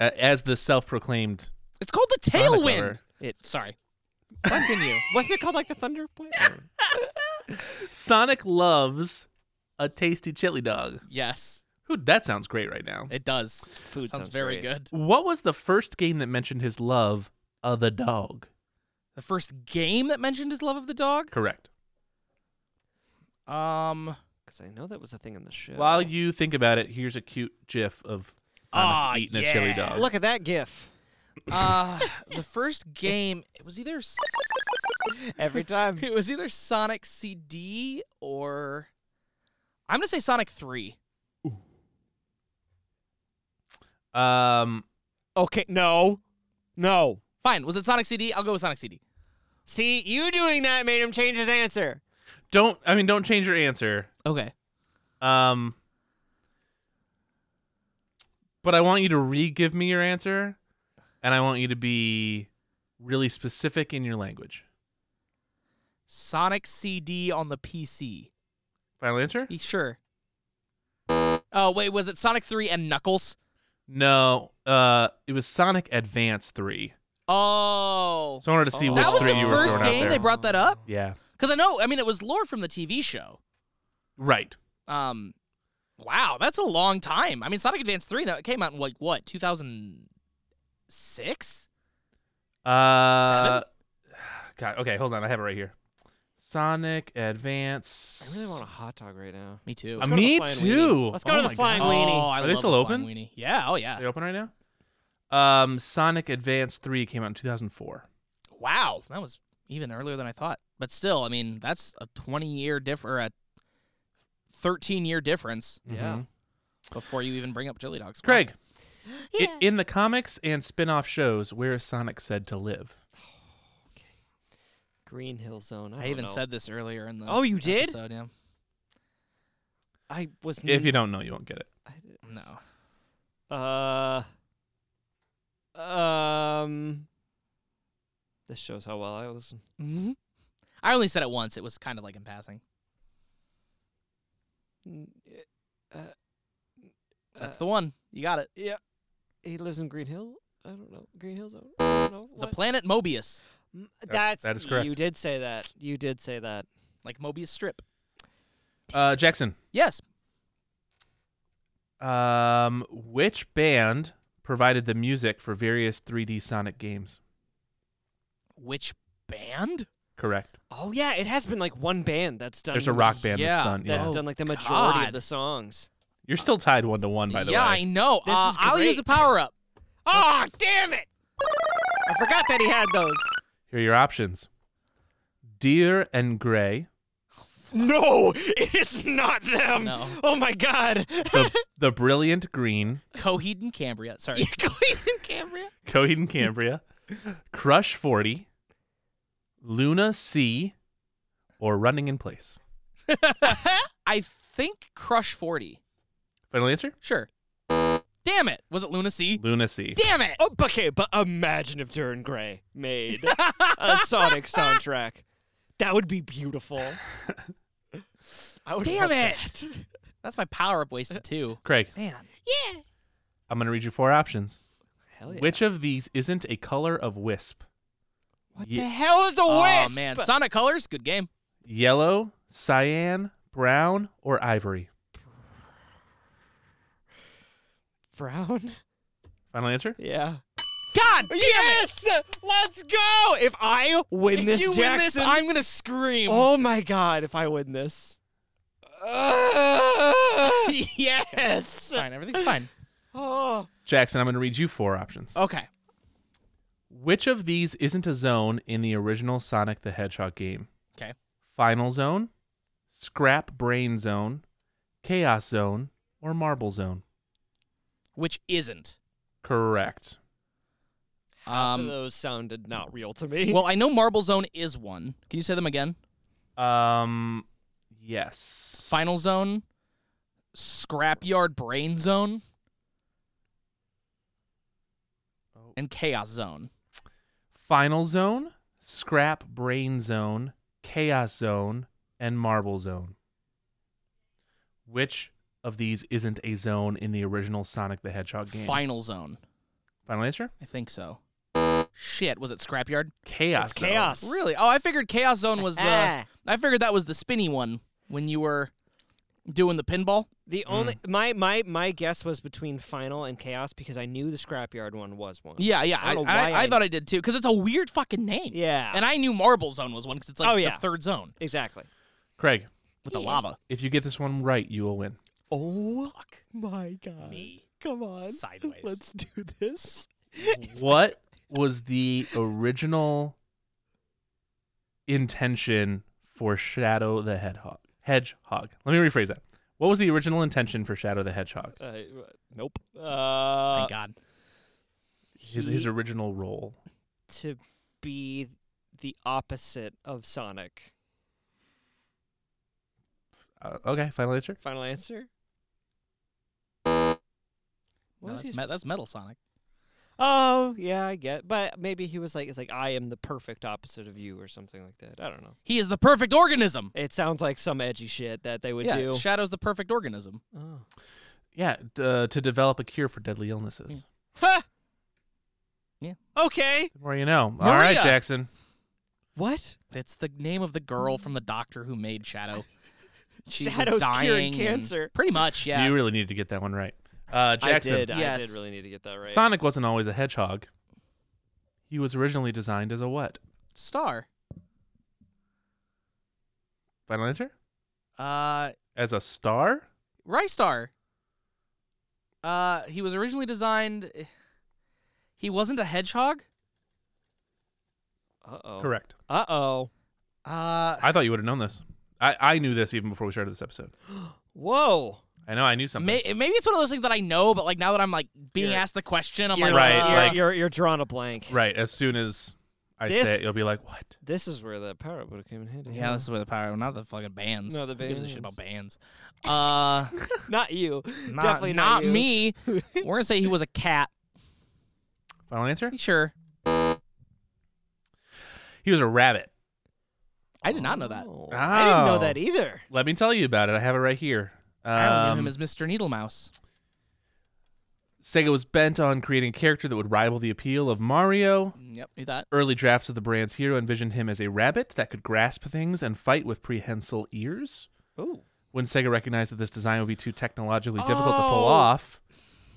Speaker 5: Uh, as the self-proclaimed
Speaker 4: it's called the
Speaker 5: Sonic
Speaker 4: Tailwind.
Speaker 5: lover,
Speaker 4: It sorry.
Speaker 3: Continue. Wasn't it called like the Thunder Plane?
Speaker 5: Sonic loves a tasty chili dog.
Speaker 4: Yes,
Speaker 5: Who that sounds great right now.
Speaker 4: it does.
Speaker 3: Food
Speaker 4: sounds, very
Speaker 3: great.
Speaker 4: good.
Speaker 5: What was the first game that mentioned his love of the dog?
Speaker 4: The first game that mentioned his love of the dog.
Speaker 5: Correct.
Speaker 4: Um.
Speaker 3: Because I know that was a thing on the show.
Speaker 5: While you think about it, here's a cute gif of Sonic
Speaker 4: Aw,
Speaker 5: eating a chili
Speaker 4: yeah.
Speaker 5: dog.
Speaker 3: Look at that gif.
Speaker 4: Uh, the first game. It was either. s-
Speaker 3: Every time.
Speaker 4: It was either Sonic CD or. I'm gonna say Sonic Three.
Speaker 5: um,
Speaker 3: Okay. No. No.
Speaker 4: Fine. Was it Sonic CD? I'll go with Sonic CD.
Speaker 3: See, you doing that made him change his answer.
Speaker 5: don't I mean don't change your answer.
Speaker 4: Okay.
Speaker 5: Um, but I want you to re give me your answer, and I want you to be really specific in your language.
Speaker 4: Sonic CD on the PC.
Speaker 5: Final answer?
Speaker 4: Y- Sure. Oh wait, was it Sonic Three and Knuckles?
Speaker 5: No. Uh, it was Sonic Advance Three.
Speaker 4: Oh.
Speaker 5: So I wanted to see
Speaker 3: Oh.
Speaker 5: which
Speaker 4: that was
Speaker 5: three
Speaker 4: the
Speaker 5: you were
Speaker 4: first
Speaker 5: throwing out
Speaker 4: game
Speaker 5: there.
Speaker 4: they brought that up.
Speaker 5: yeah.
Speaker 4: Because I know. I mean, it was lore from the TV show.
Speaker 5: Right.
Speaker 4: Um, wow, that's a long time. I mean, Sonic Advance three that came out in like what two thousand six?
Speaker 5: Uh, God. Okay. Hold on. I have it right here. Sonic Advance.
Speaker 3: I really want a hot dog right now.
Speaker 4: Me too.
Speaker 5: Uh,
Speaker 3: go to
Speaker 5: me
Speaker 3: the Flying
Speaker 5: too.
Speaker 3: Weenie. Let's go to
Speaker 5: Oh
Speaker 3: the
Speaker 5: my
Speaker 3: Flying
Speaker 5: God.
Speaker 3: Weenie.
Speaker 4: I
Speaker 5: Are they
Speaker 4: love
Speaker 5: still
Speaker 4: a flying
Speaker 5: open?
Speaker 4: weenie. Yeah. Oh
Speaker 5: Are
Speaker 4: yeah.
Speaker 5: they open right now? Um, Sonic Advance 3 came out in 2004.
Speaker 4: Wow, that was even earlier than I thought. But still, I mean, that's a 20 year diff or a 13 year difference
Speaker 3: Yeah.
Speaker 5: Mhm.
Speaker 4: before you even bring up Jelly Dogs. Wow.
Speaker 5: Craig, i-
Speaker 1: Yeah.
Speaker 5: in the comics and spin off shows, where is Sonic said to live?
Speaker 3: Green Hill Zone. I,
Speaker 4: I,
Speaker 3: don't
Speaker 4: even
Speaker 3: know.
Speaker 4: said this earlier in the.
Speaker 3: Oh, you did?
Speaker 4: Episode, yeah.
Speaker 3: I was.
Speaker 5: If you don't know, you won't get it.
Speaker 4: No.
Speaker 3: Uh. Um. This shows how well I listen.
Speaker 4: hmm I only said it once. It was kind of like in passing.
Speaker 3: N- Uh,
Speaker 4: That's
Speaker 3: uh,
Speaker 4: the one. You got it.
Speaker 3: Yeah. He lives in Green Hill. I don't know. Green Hill Zone. I don't know.
Speaker 4: The
Speaker 3: What?
Speaker 4: planet Mobius,
Speaker 3: Mm,
Speaker 5: That-
Speaker 3: That's
Speaker 5: that is correct.
Speaker 3: You did say that. You did say that.
Speaker 4: like Mobius strip.
Speaker 5: Uh, Jackson,
Speaker 4: Yes.
Speaker 5: um, which band provided the music for various 3D Sonic games?
Speaker 4: Which band?
Speaker 5: Correct.
Speaker 3: Oh yeah, it has been like one band that's done.
Speaker 5: There's a
Speaker 3: the-
Speaker 5: rock band
Speaker 4: yeah,
Speaker 5: that's done. Yeah. Oh.
Speaker 3: That's done like the majority
Speaker 4: God.
Speaker 3: of the songs.
Speaker 5: You're still tied one to one, by the
Speaker 4: yeah,
Speaker 5: way.
Speaker 4: I know.
Speaker 3: This
Speaker 4: Uh,
Speaker 3: is
Speaker 4: I'll use a
Speaker 3: great.
Speaker 4: power up.
Speaker 3: Oh damn it! I forgot that he had those.
Speaker 5: Here are your options: Deer and Gray,
Speaker 3: No, it is not them.
Speaker 4: No.
Speaker 3: Oh my god.
Speaker 5: the, the Brilliant Green,
Speaker 4: Coheed and Cambria. Sorry.
Speaker 5: Coheed and Cambria, Crush Forty, Luna C, or Running in Place.
Speaker 4: I think Crush 40.
Speaker 5: Final answer:
Speaker 4: Sure. Damn it. Was it Lunacy?
Speaker 5: Luna C.
Speaker 4: Damn it.
Speaker 3: Oh, okay, but imagine if Duran Gray made a Sonic soundtrack. That would be beautiful. I would
Speaker 4: Damn
Speaker 3: love
Speaker 4: it.
Speaker 3: that.
Speaker 4: That's my power up wasted too.
Speaker 5: Craig,
Speaker 4: Man.
Speaker 1: Yeah.
Speaker 5: I'm gonna read you four options.
Speaker 3: Hell yeah.
Speaker 5: Which of these isn't a color of wisp?
Speaker 3: What
Speaker 5: Ye-
Speaker 3: the hell is a
Speaker 4: Oh
Speaker 3: wisp?
Speaker 4: man. Sonic Colors, good game.
Speaker 5: Yellow, cyan, brown, or ivory?
Speaker 3: Brown?
Speaker 5: Final answer.
Speaker 3: Yeah.
Speaker 4: God damn it.
Speaker 3: yes! Let's go! If I win
Speaker 4: If
Speaker 3: this,
Speaker 4: you win this,
Speaker 3: Jackson-
Speaker 4: I'm gonna scream.
Speaker 3: Oh my god! If I win this. yes.
Speaker 4: Fine, everything's fine.
Speaker 3: Oh.
Speaker 5: Jackson, I'm gonna read you four options.
Speaker 4: Okay.
Speaker 5: Which of these isn't a zone in the original Sonic the Hedgehog game?
Speaker 4: 'Kay.
Speaker 5: Final Zone, Scrap Brain Zone, Chaos Zone, or Marble Zone?
Speaker 4: Which isn't.
Speaker 5: Correct.
Speaker 3: Half of
Speaker 4: Um
Speaker 3: those sounded not real to me.
Speaker 4: Well, I know Marble Zone is one. Can you say them again?
Speaker 5: Um, yes.
Speaker 4: Final Zone, Scrapyard Brain Zone,
Speaker 5: Oh.
Speaker 4: and Chaos Zone.
Speaker 5: Final Zone, Scrap Brain Zone, Chaos Zone, and Marble Zone. Which of these isn't a zone in the original Sonic the Hedgehog game?
Speaker 4: Final Zone.
Speaker 5: Final answer?
Speaker 4: I think so. Shit, was it Scrapyard?
Speaker 5: Chaos.
Speaker 3: it's
Speaker 5: Zone.
Speaker 3: chaos.
Speaker 4: Really? Oh, I figured Chaos Zone was the.
Speaker 3: Ah.
Speaker 4: I figured that was the spinny one when you were doing the pinball.
Speaker 3: The only my my my guess was between final and chaos because I knew the scrapyard one was one.
Speaker 4: Yeah, yeah.
Speaker 3: I
Speaker 4: I,
Speaker 3: don't know
Speaker 4: I,
Speaker 3: why
Speaker 4: I
Speaker 3: I-
Speaker 4: thought I did too, because it's a weird fucking name.
Speaker 3: Yeah.
Speaker 4: And I knew Marble Zone was one because it's like
Speaker 3: Oh,
Speaker 4: the
Speaker 3: yeah.
Speaker 4: third zone
Speaker 3: exactly.
Speaker 5: Craig,
Speaker 4: with the lava.
Speaker 5: if you get this one right, you will win.
Speaker 3: Oh my god.
Speaker 4: Me.
Speaker 3: Come on.
Speaker 4: Sideways.
Speaker 3: Let's do this.
Speaker 5: what was the original intention for Shadow the Hedgehog? Hedgehog. Let me rephrase that. What was the original intention for Shadow the Hedgehog?
Speaker 3: Uh, nope. Uh,
Speaker 4: Thank God.
Speaker 5: His his original role.
Speaker 3: to be the opposite of Sonic.
Speaker 5: Uh, okay, final answer.
Speaker 3: Final answer. What
Speaker 4: No,
Speaker 3: was
Speaker 4: that's,
Speaker 3: his-
Speaker 4: me- that's Metal Sonic.
Speaker 3: Oh yeah, I get. But maybe he was like, it's like I am the perfect opposite of you or something like that. I don't know.
Speaker 4: He is the perfect organism.
Speaker 3: It sounds like some edgy shit that they would
Speaker 4: yeah,
Speaker 3: do.
Speaker 4: Shadow's the perfect organism.
Speaker 3: oh.
Speaker 5: Yeah, d- uh, to develop a cure for deadly
Speaker 3: Hmm.
Speaker 5: illnesses.
Speaker 3: Huh.
Speaker 4: Yeah.
Speaker 3: Okay.
Speaker 5: The more you know. All right,
Speaker 4: Maria!
Speaker 5: Jackson.
Speaker 3: What?
Speaker 4: It's the name of the girl from the doctor who made Shadow. She was
Speaker 3: Shadow's curing
Speaker 4: dying and-
Speaker 3: cancer.
Speaker 4: Pretty much, yeah.
Speaker 5: You really need to get that one right. Uh, Jackson.
Speaker 3: I did. I
Speaker 4: Yes.
Speaker 3: did really need to get that right.
Speaker 5: Sonic wasn't always a hedgehog. He was originally designed as a what?
Speaker 4: Star.
Speaker 5: Final answer?
Speaker 4: Uh,
Speaker 5: As a star?
Speaker 4: Rystar. Uh, he was originally designed. eh, He wasn't a hedgehog.
Speaker 3: Uh oh.
Speaker 5: Correct.
Speaker 3: Uh oh.
Speaker 4: Uh,
Speaker 5: I thought you would have known this. I, I knew this even before we started this episode.
Speaker 3: Whoa.
Speaker 5: I know I knew something.
Speaker 4: may, maybe it's one of those things that I know, but like now that I'm like being
Speaker 3: You're-
Speaker 4: asked the question, I'm
Speaker 3: You're-
Speaker 4: like,
Speaker 5: Right,
Speaker 4: uh,
Speaker 3: You're,
Speaker 5: like-
Speaker 3: you're you're drawing a blank.
Speaker 5: right. As soon as I
Speaker 3: This-
Speaker 5: say it, you'll be like, what?
Speaker 3: This is where the power would have came in handy.
Speaker 4: Yeah, this is where the power. Not the fucking bands.
Speaker 3: No, the
Speaker 4: Who gives a shit
Speaker 3: bands.
Speaker 4: about bands. Uh,
Speaker 3: not you.
Speaker 4: not,
Speaker 3: Definitely
Speaker 4: not,
Speaker 3: not, you.
Speaker 4: me. We're gonna say he was a cat.
Speaker 5: Final answer?
Speaker 4: Sure.
Speaker 5: He was a rabbit.
Speaker 4: I did not know that.
Speaker 3: Oh, I didn't know
Speaker 5: Oh.
Speaker 3: that either.
Speaker 5: Let me tell you about it. I have it right here. Um,
Speaker 4: I only knew him as Mr. Needle Mouse.
Speaker 5: Sega was bent on creating a character that would rival the appeal of Mario.
Speaker 4: mm, Yep, knew that.
Speaker 5: Early drafts of the brand's hero envisioned him as a rabbit that could grasp things and fight with prehensile ears.
Speaker 3: Ooh.
Speaker 5: When Sega recognized that this design would be too technologically difficult to pull
Speaker 4: Oh.
Speaker 5: off,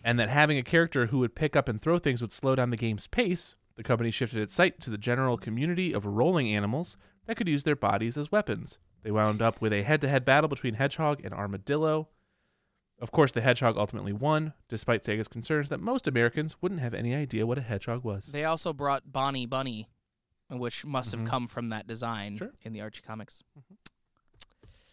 Speaker 5: and that having a character who would pick up and throw things would slow down the game's pace, the company shifted its sight to the general community of rolling animals that could use their bodies as weapons. They wound up with a head to head battle between hedgehog and armadillo. Of course, the hedgehog ultimately won, despite Sega's concerns that most Americans wouldn't have any idea what a hedgehog was.
Speaker 4: They also brought Bonnie Bunny, which must
Speaker 5: Mhm.
Speaker 4: have come from that design
Speaker 5: Sure.
Speaker 4: in the Archie comics.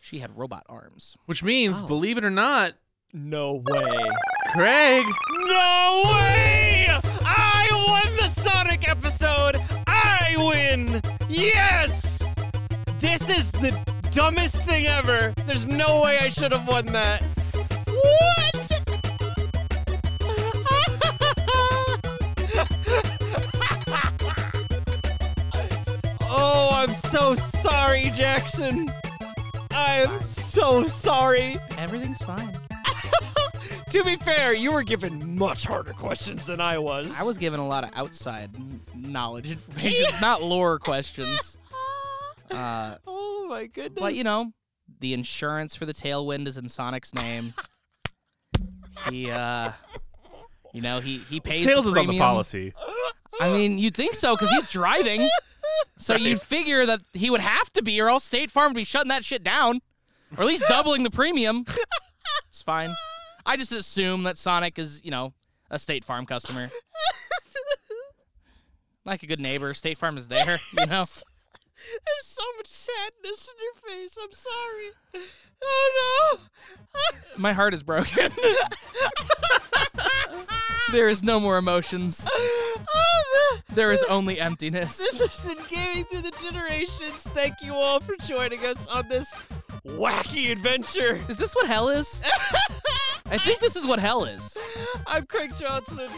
Speaker 4: She had robot arms.
Speaker 5: Which means,
Speaker 3: Oh.
Speaker 5: believe it or not,
Speaker 3: No way.
Speaker 5: Craig,
Speaker 3: No way! I won the Sonic episode! I win! Yes! This is the dumbest thing ever! There's no way I should have won that! What? oh, I'm so sorry, Jackson! I am so sorry!
Speaker 4: Everything's fine.
Speaker 3: To be fair, you were given much harder questions than I was.
Speaker 4: I was given a lot of outside n- knowledge information. It's not lore questions.
Speaker 3: Ah,
Speaker 4: Uh,
Speaker 3: Oh my goodness.
Speaker 4: but you know, the insurance for the tailwind is in Sonic's name. he, uh, you know, he he pays.
Speaker 5: Tails
Speaker 4: the
Speaker 5: is on the
Speaker 4: premium.
Speaker 5: policy.
Speaker 4: I mean, you'd think so because he's driving. So you'd figure that he would have to be, or else State Farm would be shutting that shit down, or at least doubling the premium. It's fine. I just assume that Sonic is, you know, a State Farm customer. Like a good neighbor, State Farm is there, you know.
Speaker 3: There's so much sadness in your face. I'm sorry. Oh
Speaker 4: My heart is broken. there is no more emotions.
Speaker 3: no. Oh, the-
Speaker 4: There is only emptiness.
Speaker 3: this has been Gaming Through the Generations. Thank you all for joining us on this wacky adventure.
Speaker 4: Is this what hell is? I think this is what hell is.
Speaker 3: I'm Craig Johnson.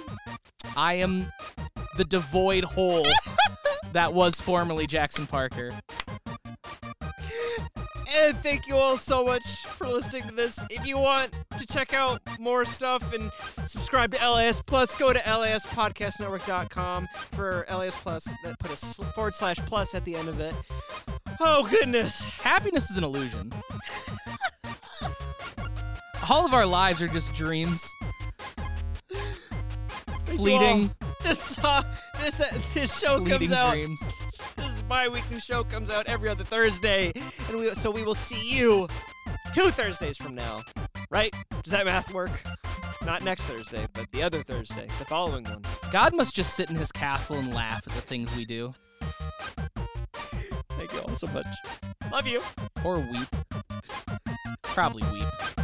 Speaker 4: I am the devoid hole that was formerly Jackson Parker.
Speaker 3: And thank you all so much for listening to this. If you want to check out more stuff and subscribe to LAS Plus, go to laspodcastnetwork.com for LAS Plus. That put a sl- forward slash plus at the end of it. Oh, goodness.
Speaker 4: Happiness is an illusion. All of our lives are just dreams,
Speaker 3: Thank you all.
Speaker 4: fleeting,
Speaker 3: This, uh, this, uh, this show
Speaker 4: fleeting
Speaker 3: comes out.
Speaker 4: dreams.
Speaker 3: This bi-weekly show comes out every other Thursday. and we, So we will see you two Thursdays from now. Right? Does that math work? Not next Thursday, but the other Thursday, the following one.
Speaker 4: God must just sit in his castle and laugh at the things we do,
Speaker 3: Thank you all so much. Love you.
Speaker 4: or weep. Probably weep.